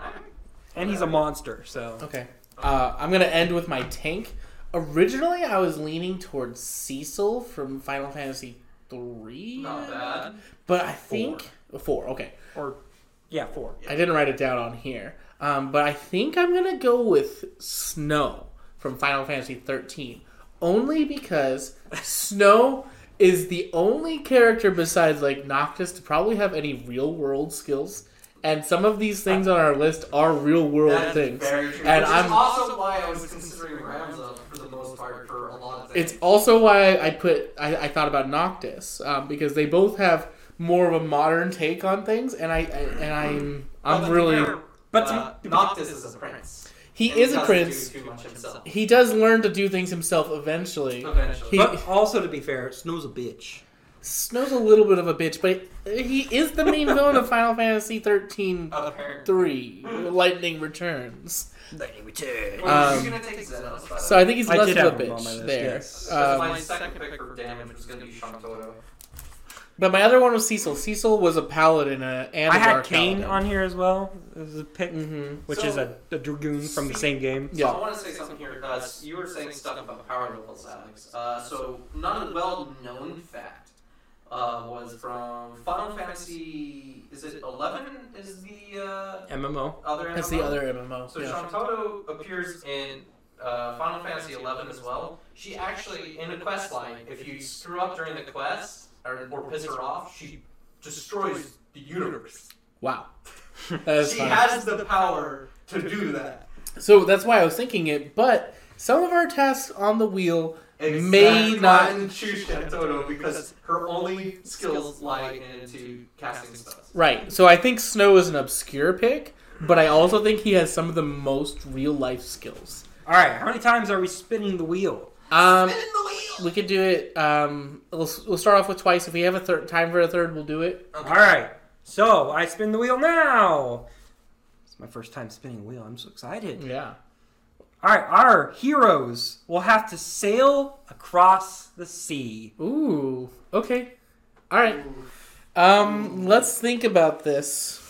and he's a monster. So
Okay. Uh, I'm gonna end with my tank. Originally, I was leaning towards Cecil from Final Fantasy three,
Not bad.
but I think four. okay,
or yeah, four.
I didn't write it down on here, um, but I think I'm gonna go with Snow from Final Fantasy thirteen, only because Snow is the only character besides like Noctis to probably have any real world skills. And some of these things on our list are real world
That is
things.
very true.
And
Which
I'm-
is also why I was considering Ramza for the most part for a lot of things.
It's also why I put I, I thought about Noctis um, because they both have more of a modern take on things, and I, I and I'm
But
I'm
to
really
compare,
but
uh,
to-
Noctis is a prince.
he
And
is a
doesn't
prince.
Do too much himself.
He does learn to do things himself eventually.
Eventually.
He-
But also to be fair, Snow's a bitch.
Snow's a little bit of a bitch, but he is the main villain of Final Fantasy thirteen
Apparently.
three. Lightning Returns.
Lightning return.
Well,
Um,
you're gonna take Xenos. by the
So
way.
I think he's
I
less
did
of a
have him on my
bitch
list,
there.
yes.
Because
Um,
my second pick for damage was gonna be Shantoro.
But my other one was Cecil. Cecil was a paladin, a, and a
I had
dark
Kane
paladin.
on here as well as a pick,
Mm-hmm.
which
So-
is a, a dragoon from the same game.
Yeah.
So I want to say something here. Uh, you were saying stuff about power levels, Alex. Uh, so not a well-known fact uh, was from Final Fantasy. Is it eleven? Is the uh,
MMO.
other?
That's the
MMO?
other MMO.
So
yeah.
Shantotto appears in uh, Final Fantasy XI as well. She actually, in a quest line, if you screw up during the quest or, or piss her off, she destroys the universe.
Wow. That is
she
fun.
has the power to do that.
so that's why I was thinking it, but some of our tasks on the wheel
Exactly
may
why
not.
I didn't choose Shantotto because her only skills lie into casting spells.
Right. So I think Snow is an obscure pick, but I also think he has some of the most real life skills.
All right, how many times are we spinning the wheel?
Um,
Spin the wheel!
we could do it. Um, we'll, we'll start off with twice. If we have a third time for a third, we'll do it.
All right, so I spin the wheel now. It's my first time spinning a wheel. I'm so excited.
Yeah.
All right, our heroes will have to sail across the sea.
Ooh. Okay. All right. Um, let's think about this.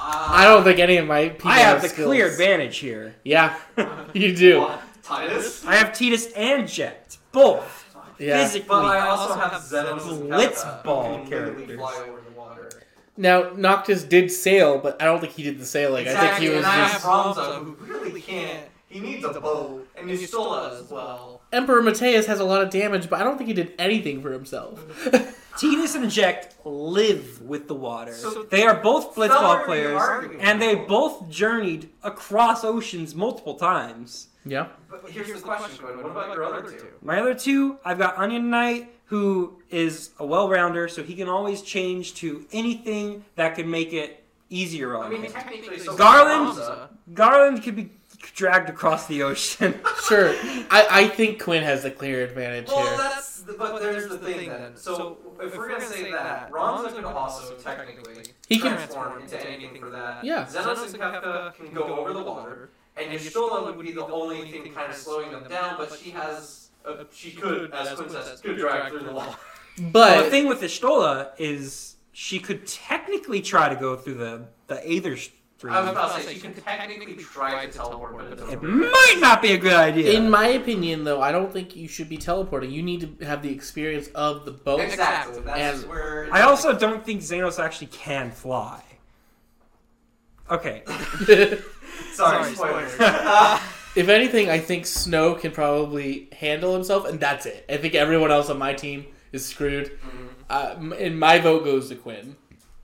I don't think any of my people
I have the
skills.
clear advantage here.
Yeah, you do.
Titus?
I have Titus and Jet, both
Yeah.
physically.
But I also have Xenos and Kappa,
Blitzball
who can literally
characters.
fly over the water.
Now Noctis did sail, but I don't think he did the sailing. I think
Exactly,
he was
and I
just
have Bronzo, who really can't. He needs a bow, and Ustola as well.
Emperor Mateus has a lot of damage, but I don't think he did anything for himself.
Titus and Jet live with the water.
So-
they are both
Stella
blitzball
and
players,
Arguing.
and they both journeyed across oceans multiple times.
yeah.
But here's the question, Gwen. What about your other two?
My other two, I've got Onion Knight, who is a well-rounder, so he can always change to anything that could make it easier on
I mean,
him.
technically, so
Garland?
Bronzo-
Garland could be dragged across the ocean.
Sure. I, I think Quinn has the clear advantage
Well,
here.
that's the, but there's the thing then. So if we're gonna say that, Ronzo could also technically
He can-
transform into anything for that.
Yeah.
Xenos and Kefka can go over the water, and Ustola would be the only thing kind of slowing them down. But she has, a, she could, as Quinn says, could drag through the water.
Well, the
But
thing with Ishtola is she could technically try to go through the the Aether stream.
I was about to say she can technically try to teleport, but it
it
doesn't. work.
might not be a good idea.
in my opinion, though, I don't think you should be teleporting. You need to have the experience of the boat.
Exactly. That's
And-
where it's
I also don't think Xenos actually can fly. Okay.
if
like- sorry, spoilers. Uh,
anything, I think Snow can probably handle himself, and that's it. I think everyone else on my team is screwed. Uh, m- and my vote goes to Quinn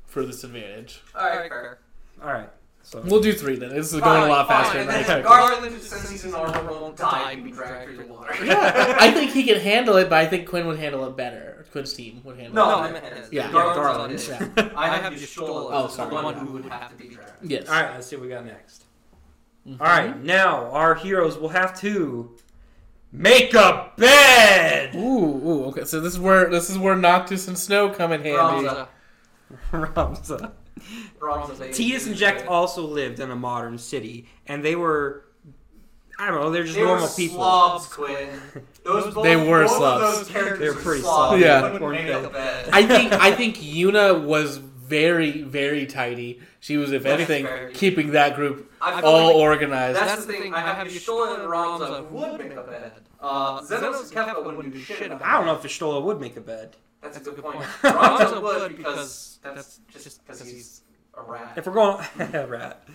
for this advantage.
all right, fair.
All right. So
We'll do three then. This is
Fine,
going a lot
fine,
faster
and
than I
then
expected.
Garland, since he's an armor roll, die and be dragged through the water.
Yeah, I think he can handle it, but I think Quinn would handle it better. Quinn's team would handle
No,
it.
No,
I
I
meant
meant
his.
Yeah. Yeah,
Garland's
Garland,
on his.
yeah.
I have
have
Ustola,
Oh,
the
sorry.
one who would have to be dragged.
Yes.
All right, let's see what we got next.
Mm-hmm.
All right, now our heroes will have to make a bed.
Ooh, ooh, okay. So this is where this is where Noctis and Snow come in handy.
Bronza.
Ramza.
Bronza, baby.
Titus and Jack also lived in a modern city, and they were. I don't know. They're just
They
normal
were
people.
slobs, Quinn. Those both,
They were
both of
slobs.
Those characters
They're
were
pretty
slobs.
slobs.
Yeah.
They wouldn't
Weren't
make
they?
a bed.
I think I think Yuna was very very tidy. She was, if
Very
anything,
tidy.
keeping that group
I feel
all
like
organized.
that's, the thing. I have Ustola and Ronza who would make a bed. Uh, Zenos and Kefka wouldn't do shit about it.
I don't know if Ishtola would make a bed.
That's a good point.
point.
Ronzo
Ronzo
would
would
because
because
that's
that's
just
just
because
'cause
he's a rat.
If we're going rat.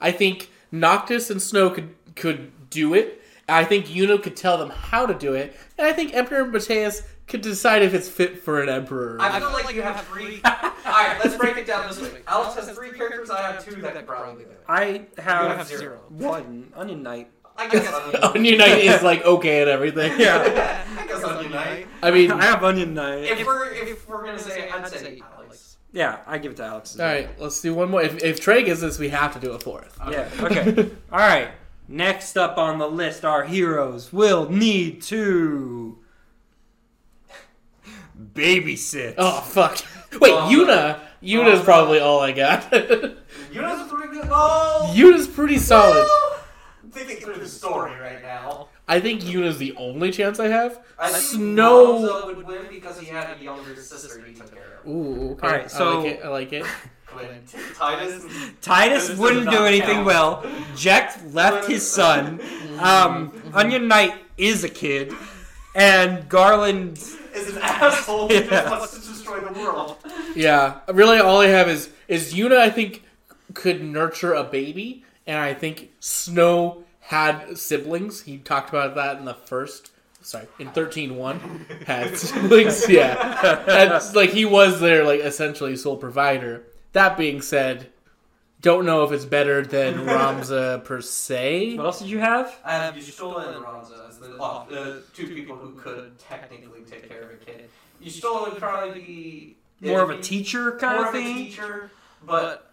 I think Noctis and Snow could could do it. I think Yuna could tell them how to do it, and I think Emperor Mateus could decide if it's fit for an emperor.
I feel like you have three. All right, let's break it down this way. Alex has three characters. I have two that could probably do it.
I
You
have,
have zero.
one onion knight.
I guess on
Onion Knight is like okay at everything.
Yeah.
I guess on Unite.
I mean,
I
all
have onion knight.
If we're if we're gonna say, I'd say Alex.
yeah, I give it to Alex. as well.
right, let's do one more. If, if Trey gives this, we have to do a fourth.
Yeah. Okay. All right. Next up on the list, our heroes will need to babysit.
Oh fuck! Wait,
Oh,
Yuna. Yuna's
Oh,
probably all I got.
Unite's a pretty good. Oh,
Yuna's pretty solid.
thinking through the story right now.
I think Yuna's the only chance I have.
I think
Snow-
Lonzo would win because he had a younger sister he took care
Ooh, okay.
All right,
I
so-
like it. I like it.
of. When Titus
Titus
This
wouldn't
does
do
not
anything
count.
well. Jack left his son. Um,
Mm-hmm.
Onion Knight is a kid, and Garland.
is an asshole who
Yeah.
just wants to destroy the world.
Yeah, really, all I have is is Yuna. I think could nurture a baby, and I think Snow had siblings. He talked about that in the first, sorry, in thirteen one, had siblings. Yeah,
uh,
that's like he was their like essentially sole provider. That being said, don't know if it's better than Ramza per se.
What else did you have?
I have Ustola Um, and Ronza as the off- the two people who could technically take care of a kid. Ustola would probably be
More of a
if he-
teacher kind
more
of
Of a
thing.
teacher, but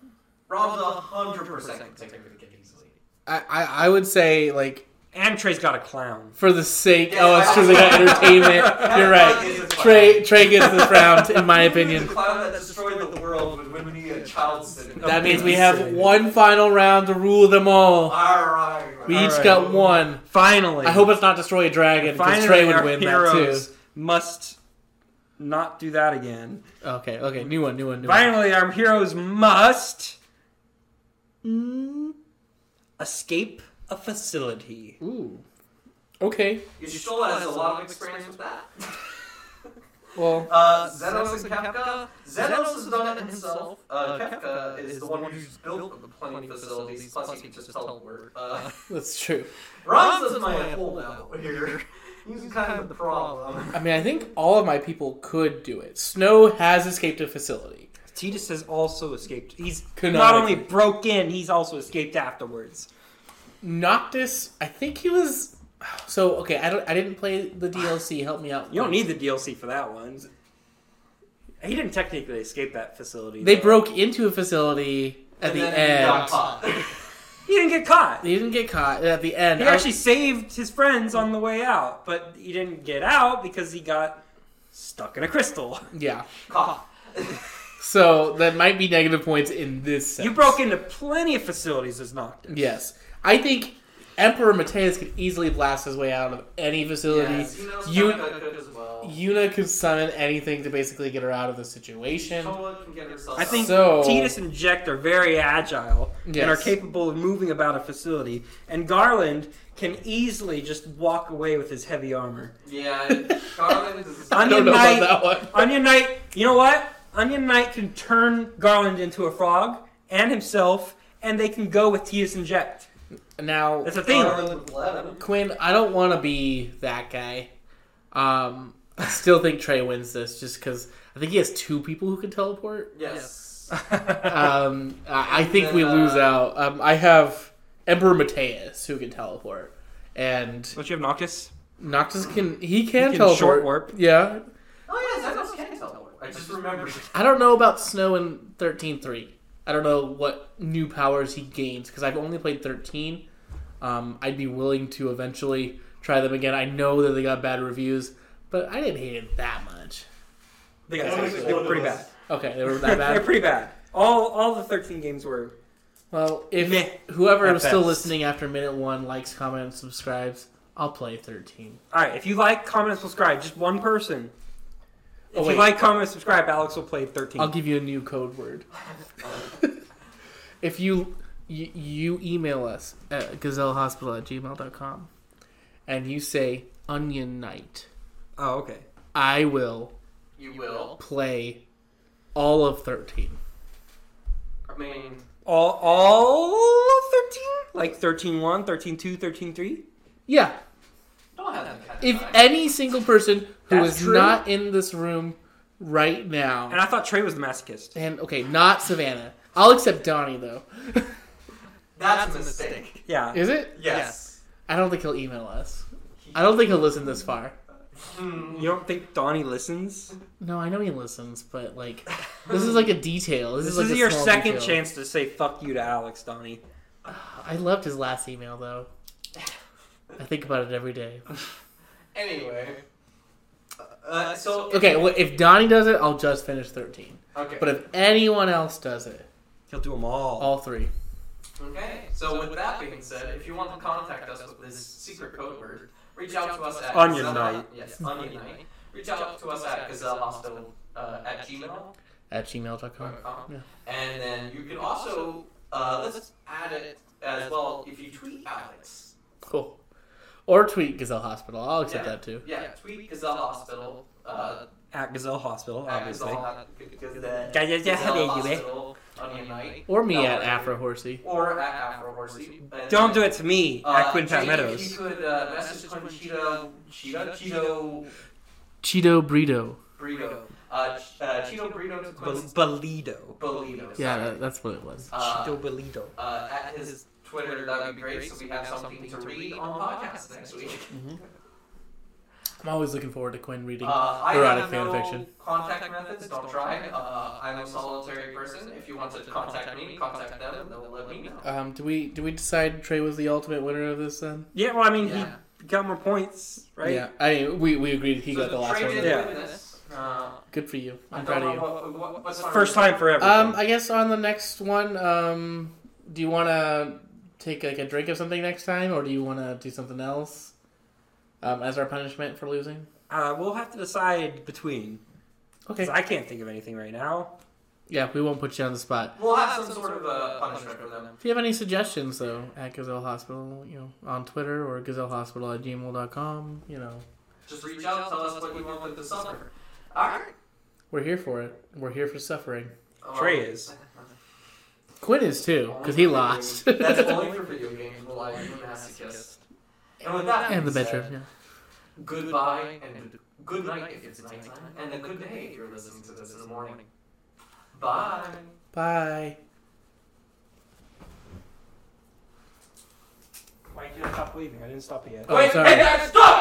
Ronza hundred percent could take care of a kid easily.
I, I I would say like
And Trey's got a clown.
for the sake.
Yeah,
oh, it's true. They got entertainment. You're right.
Is a clown.
Trey Trey gets this round, in
Who
my
is
opinion.
The clown that destroyed the world would win me a child sin.
That
A
means we
big
have
city.
one final round to rule them all.
All right.
We
All
each
right.
got one.
Finally,
I hope it's not destroy a dragon because
finally
Trey would
our
win that
heroes
too.
must not do that again.
Okay, okay, new one, new one, new one.
Finally, our heroes must mm, escape a facility.
Ooh. Okay.
Ustola has a lot of experience with that.
Well,
Uh, Zenos and Kefka. Zenos has done it himself. Uh, Kefka is the one who's built the planning facilities, plus he can just teleport. Uh,
that's true.
Ronza's my holdout here. He's kind of the problem.
I mean, I think all of my people could do it. Snow has escaped a facility.
Titus has also escaped. He's not
Canonically.
only broke in, he's also escaped afterwards.
Noctis, I think he was. So okay, I don't. I didn't play the DLC. Help me out.
You don't need the DLC for that one. He didn't technically escape that facility.
They
though.
broke into a facility at
And
the
then
end.
he got caught.
He didn't get caught.
They didn't get caught at the end.
He
I-
actually saved his friends on the way out, but he didn't get out because he got stuck in a crystal.
yeah.
Caught.
So that might be negative points in this. Sense.
You broke into plenty of facilities as Noctis.
Yes, I think Emperor Mateus could easily blast his way out of any facility.
Yes, you know,
You-
Kefka could as well.
Yuna could summon anything to basically get her out of the situation.
Ustola can get herself
I think
out.
So-
Titus and Jekt are very agile
Yes.
and are capable of moving about a facility, and Garland can easily just walk away with his heavy armor.
Yeah, Garland is.
I don't
Onion
know
Knight,
about that one.
Onion Knight, you know what? Onion Knight can turn Garland into a frog and himself, and they can go with Titus and Jekt.
Now
That's a thing.
Garland would let him.
Quinn, I don't want to be that guy. Um, I still think Trey wins this just because I think he has two people who can teleport.
Yes.
Um, I I think we
Then,
lose
uh,
out. Um, I have Emperor Mateus who can teleport, and
Don't you have Noctis?
Noctis can he can,
can
teleport.
short warp.
Yeah,
Oh yeah, Zenos can teleport. I just remembered.
I don't know about Snow in thirteen three. I don't know what new powers he gains because I've only played thirteen. Um, I'd be willing to eventually try them again. I know that they got bad reviews, but I didn't hate it that much.
They,
Yeah,
got
it's
they
one
were
of
pretty
those.
bad.
Okay, they were
They're
that bad.
pretty bad. All all the 13 games were.
Well,
Meh,
if whoever
at
is still
best.
listening after minute one likes, comments, subscribes, I'll play thirteen.
All right, if you like, comment, and subscribe. Just one person. If
Oh,
you
wait.
like, comment, and subscribe. Alex will play 13.
I'll give you a new code word. if you, you you email us at gazellehospital at gmail.com and you say onion night,
oh, okay.
I will
You will.
play all of 13.
I mean,
All all 13? Like 13 1, 13 2, 13 3?
Yeah.
don't have that kind of
If
time.
any single person who
That's
is
true.
not in this room right
And
now,
I thought Trey was the masochist.
and okay, not Savannah. I'll accept Donnie though.
That's a mistake.
Yeah.
Is it?
Yes.
I don't think he'll email us. I don't think he'll listen this far.
You don't think Donnie listens?
No, I know he listens, but like, this is like a detail. This,
This
is like
is
a
your
small
second
detail.
chance to say fuck you to Alex, Donnie.
I loved his last email though. I think about it every day.
Anyway. Uh, so
Okay, well, if Donnie does it, I'll just finish thirteen.
okay.
But if anyone else does it,
He'll do them all.
all three.
okay. So with that being said, if you want to contact us with this secret code word, Reach out to us at
Onion
Gazelle-
Night.
Yes, Onion Night. Reach out to us at Gazelle Hospital uh, at gmail.com.
at gmail.com. Yeah.
And then you can also, uh, let's add it as well if you tweet Alex.
Cool. Or tweet Gazelle Hospital. I'll accept
Yeah.
that too.
Yeah, tweet Gazelle Hospital. Uh,
At Gazelle Hospital,
at
obviously.
Gazelle, Gazelle,
Yeah, yeah, yeah,
Gazelle
yeah, yeah.
Hospital, Onion Night.
Or me
No,
at
I-
Afro Horsey.
Or at Afro Horsey. And
Don't do
then-
it to me,
Uh,
at Quinn Pat
Jake, If you
Meadows.
could uh, message Conchita, Cheeto, Cheeto
Cheeto Burrito.
Burrito, uh, Ch- uh, Cheeto Burrito to
Bel-
Quince
Belido.
Bolito.
Yeah, that, that's what it was.
Uh,
Cheeto Belido.
uh, at his Twitter, that would be great, so we have something to read on podcast next week.
I'm always looking forward to Quinn reading.
Uh, I
Erotic
have
fan
no
fiction.
contact methods, don't try. Uh, I'm a solitary person. If you want to contact me, contact them, and they'll let me know.
Um, do we do we decide Trey was the ultimate winner of this then?
Yeah, well, I mean,
Yeah.
he got more points, right?
Yeah. I mean, we, we agreed he
so
got the last
trade
one.
in
Yeah.
with this. Uh,
Good for you.
I
I'm
don't
proud
know
of you.
what, what, what's our-
First time for everything.
Um, I guess on the next one, um, do you want to take like a drink of something next time, or do you want to do something else um, as our punishment for losing?
uh, we'll have to decide between.
Okay.
'cause I can't think of anything right now.
Yeah, we won't put you on the spot.
We'll have some sort of a punishment for them.
If you have any suggestions, though, at Gazelle Hospital, you know, on Twitter or gazellehospital at gmail.com, you know,
Just reach out, tell us what you want with the summer. Alright.
we're here for it. We're here for suffering.
Trey is.
Quinn is too, because he lost.
Oh, That's only for video games. We'll allow you masochist. And with that,
And the
being
bedroom,
said,
yeah.
Goodbye and good night if it's nighttime, and a good day if you're listening to this in the morning. Bye.
Bye.
Why did you stop leaving? I didn't stop yet.
Oh,
Wait,
sorry.
hey, stop!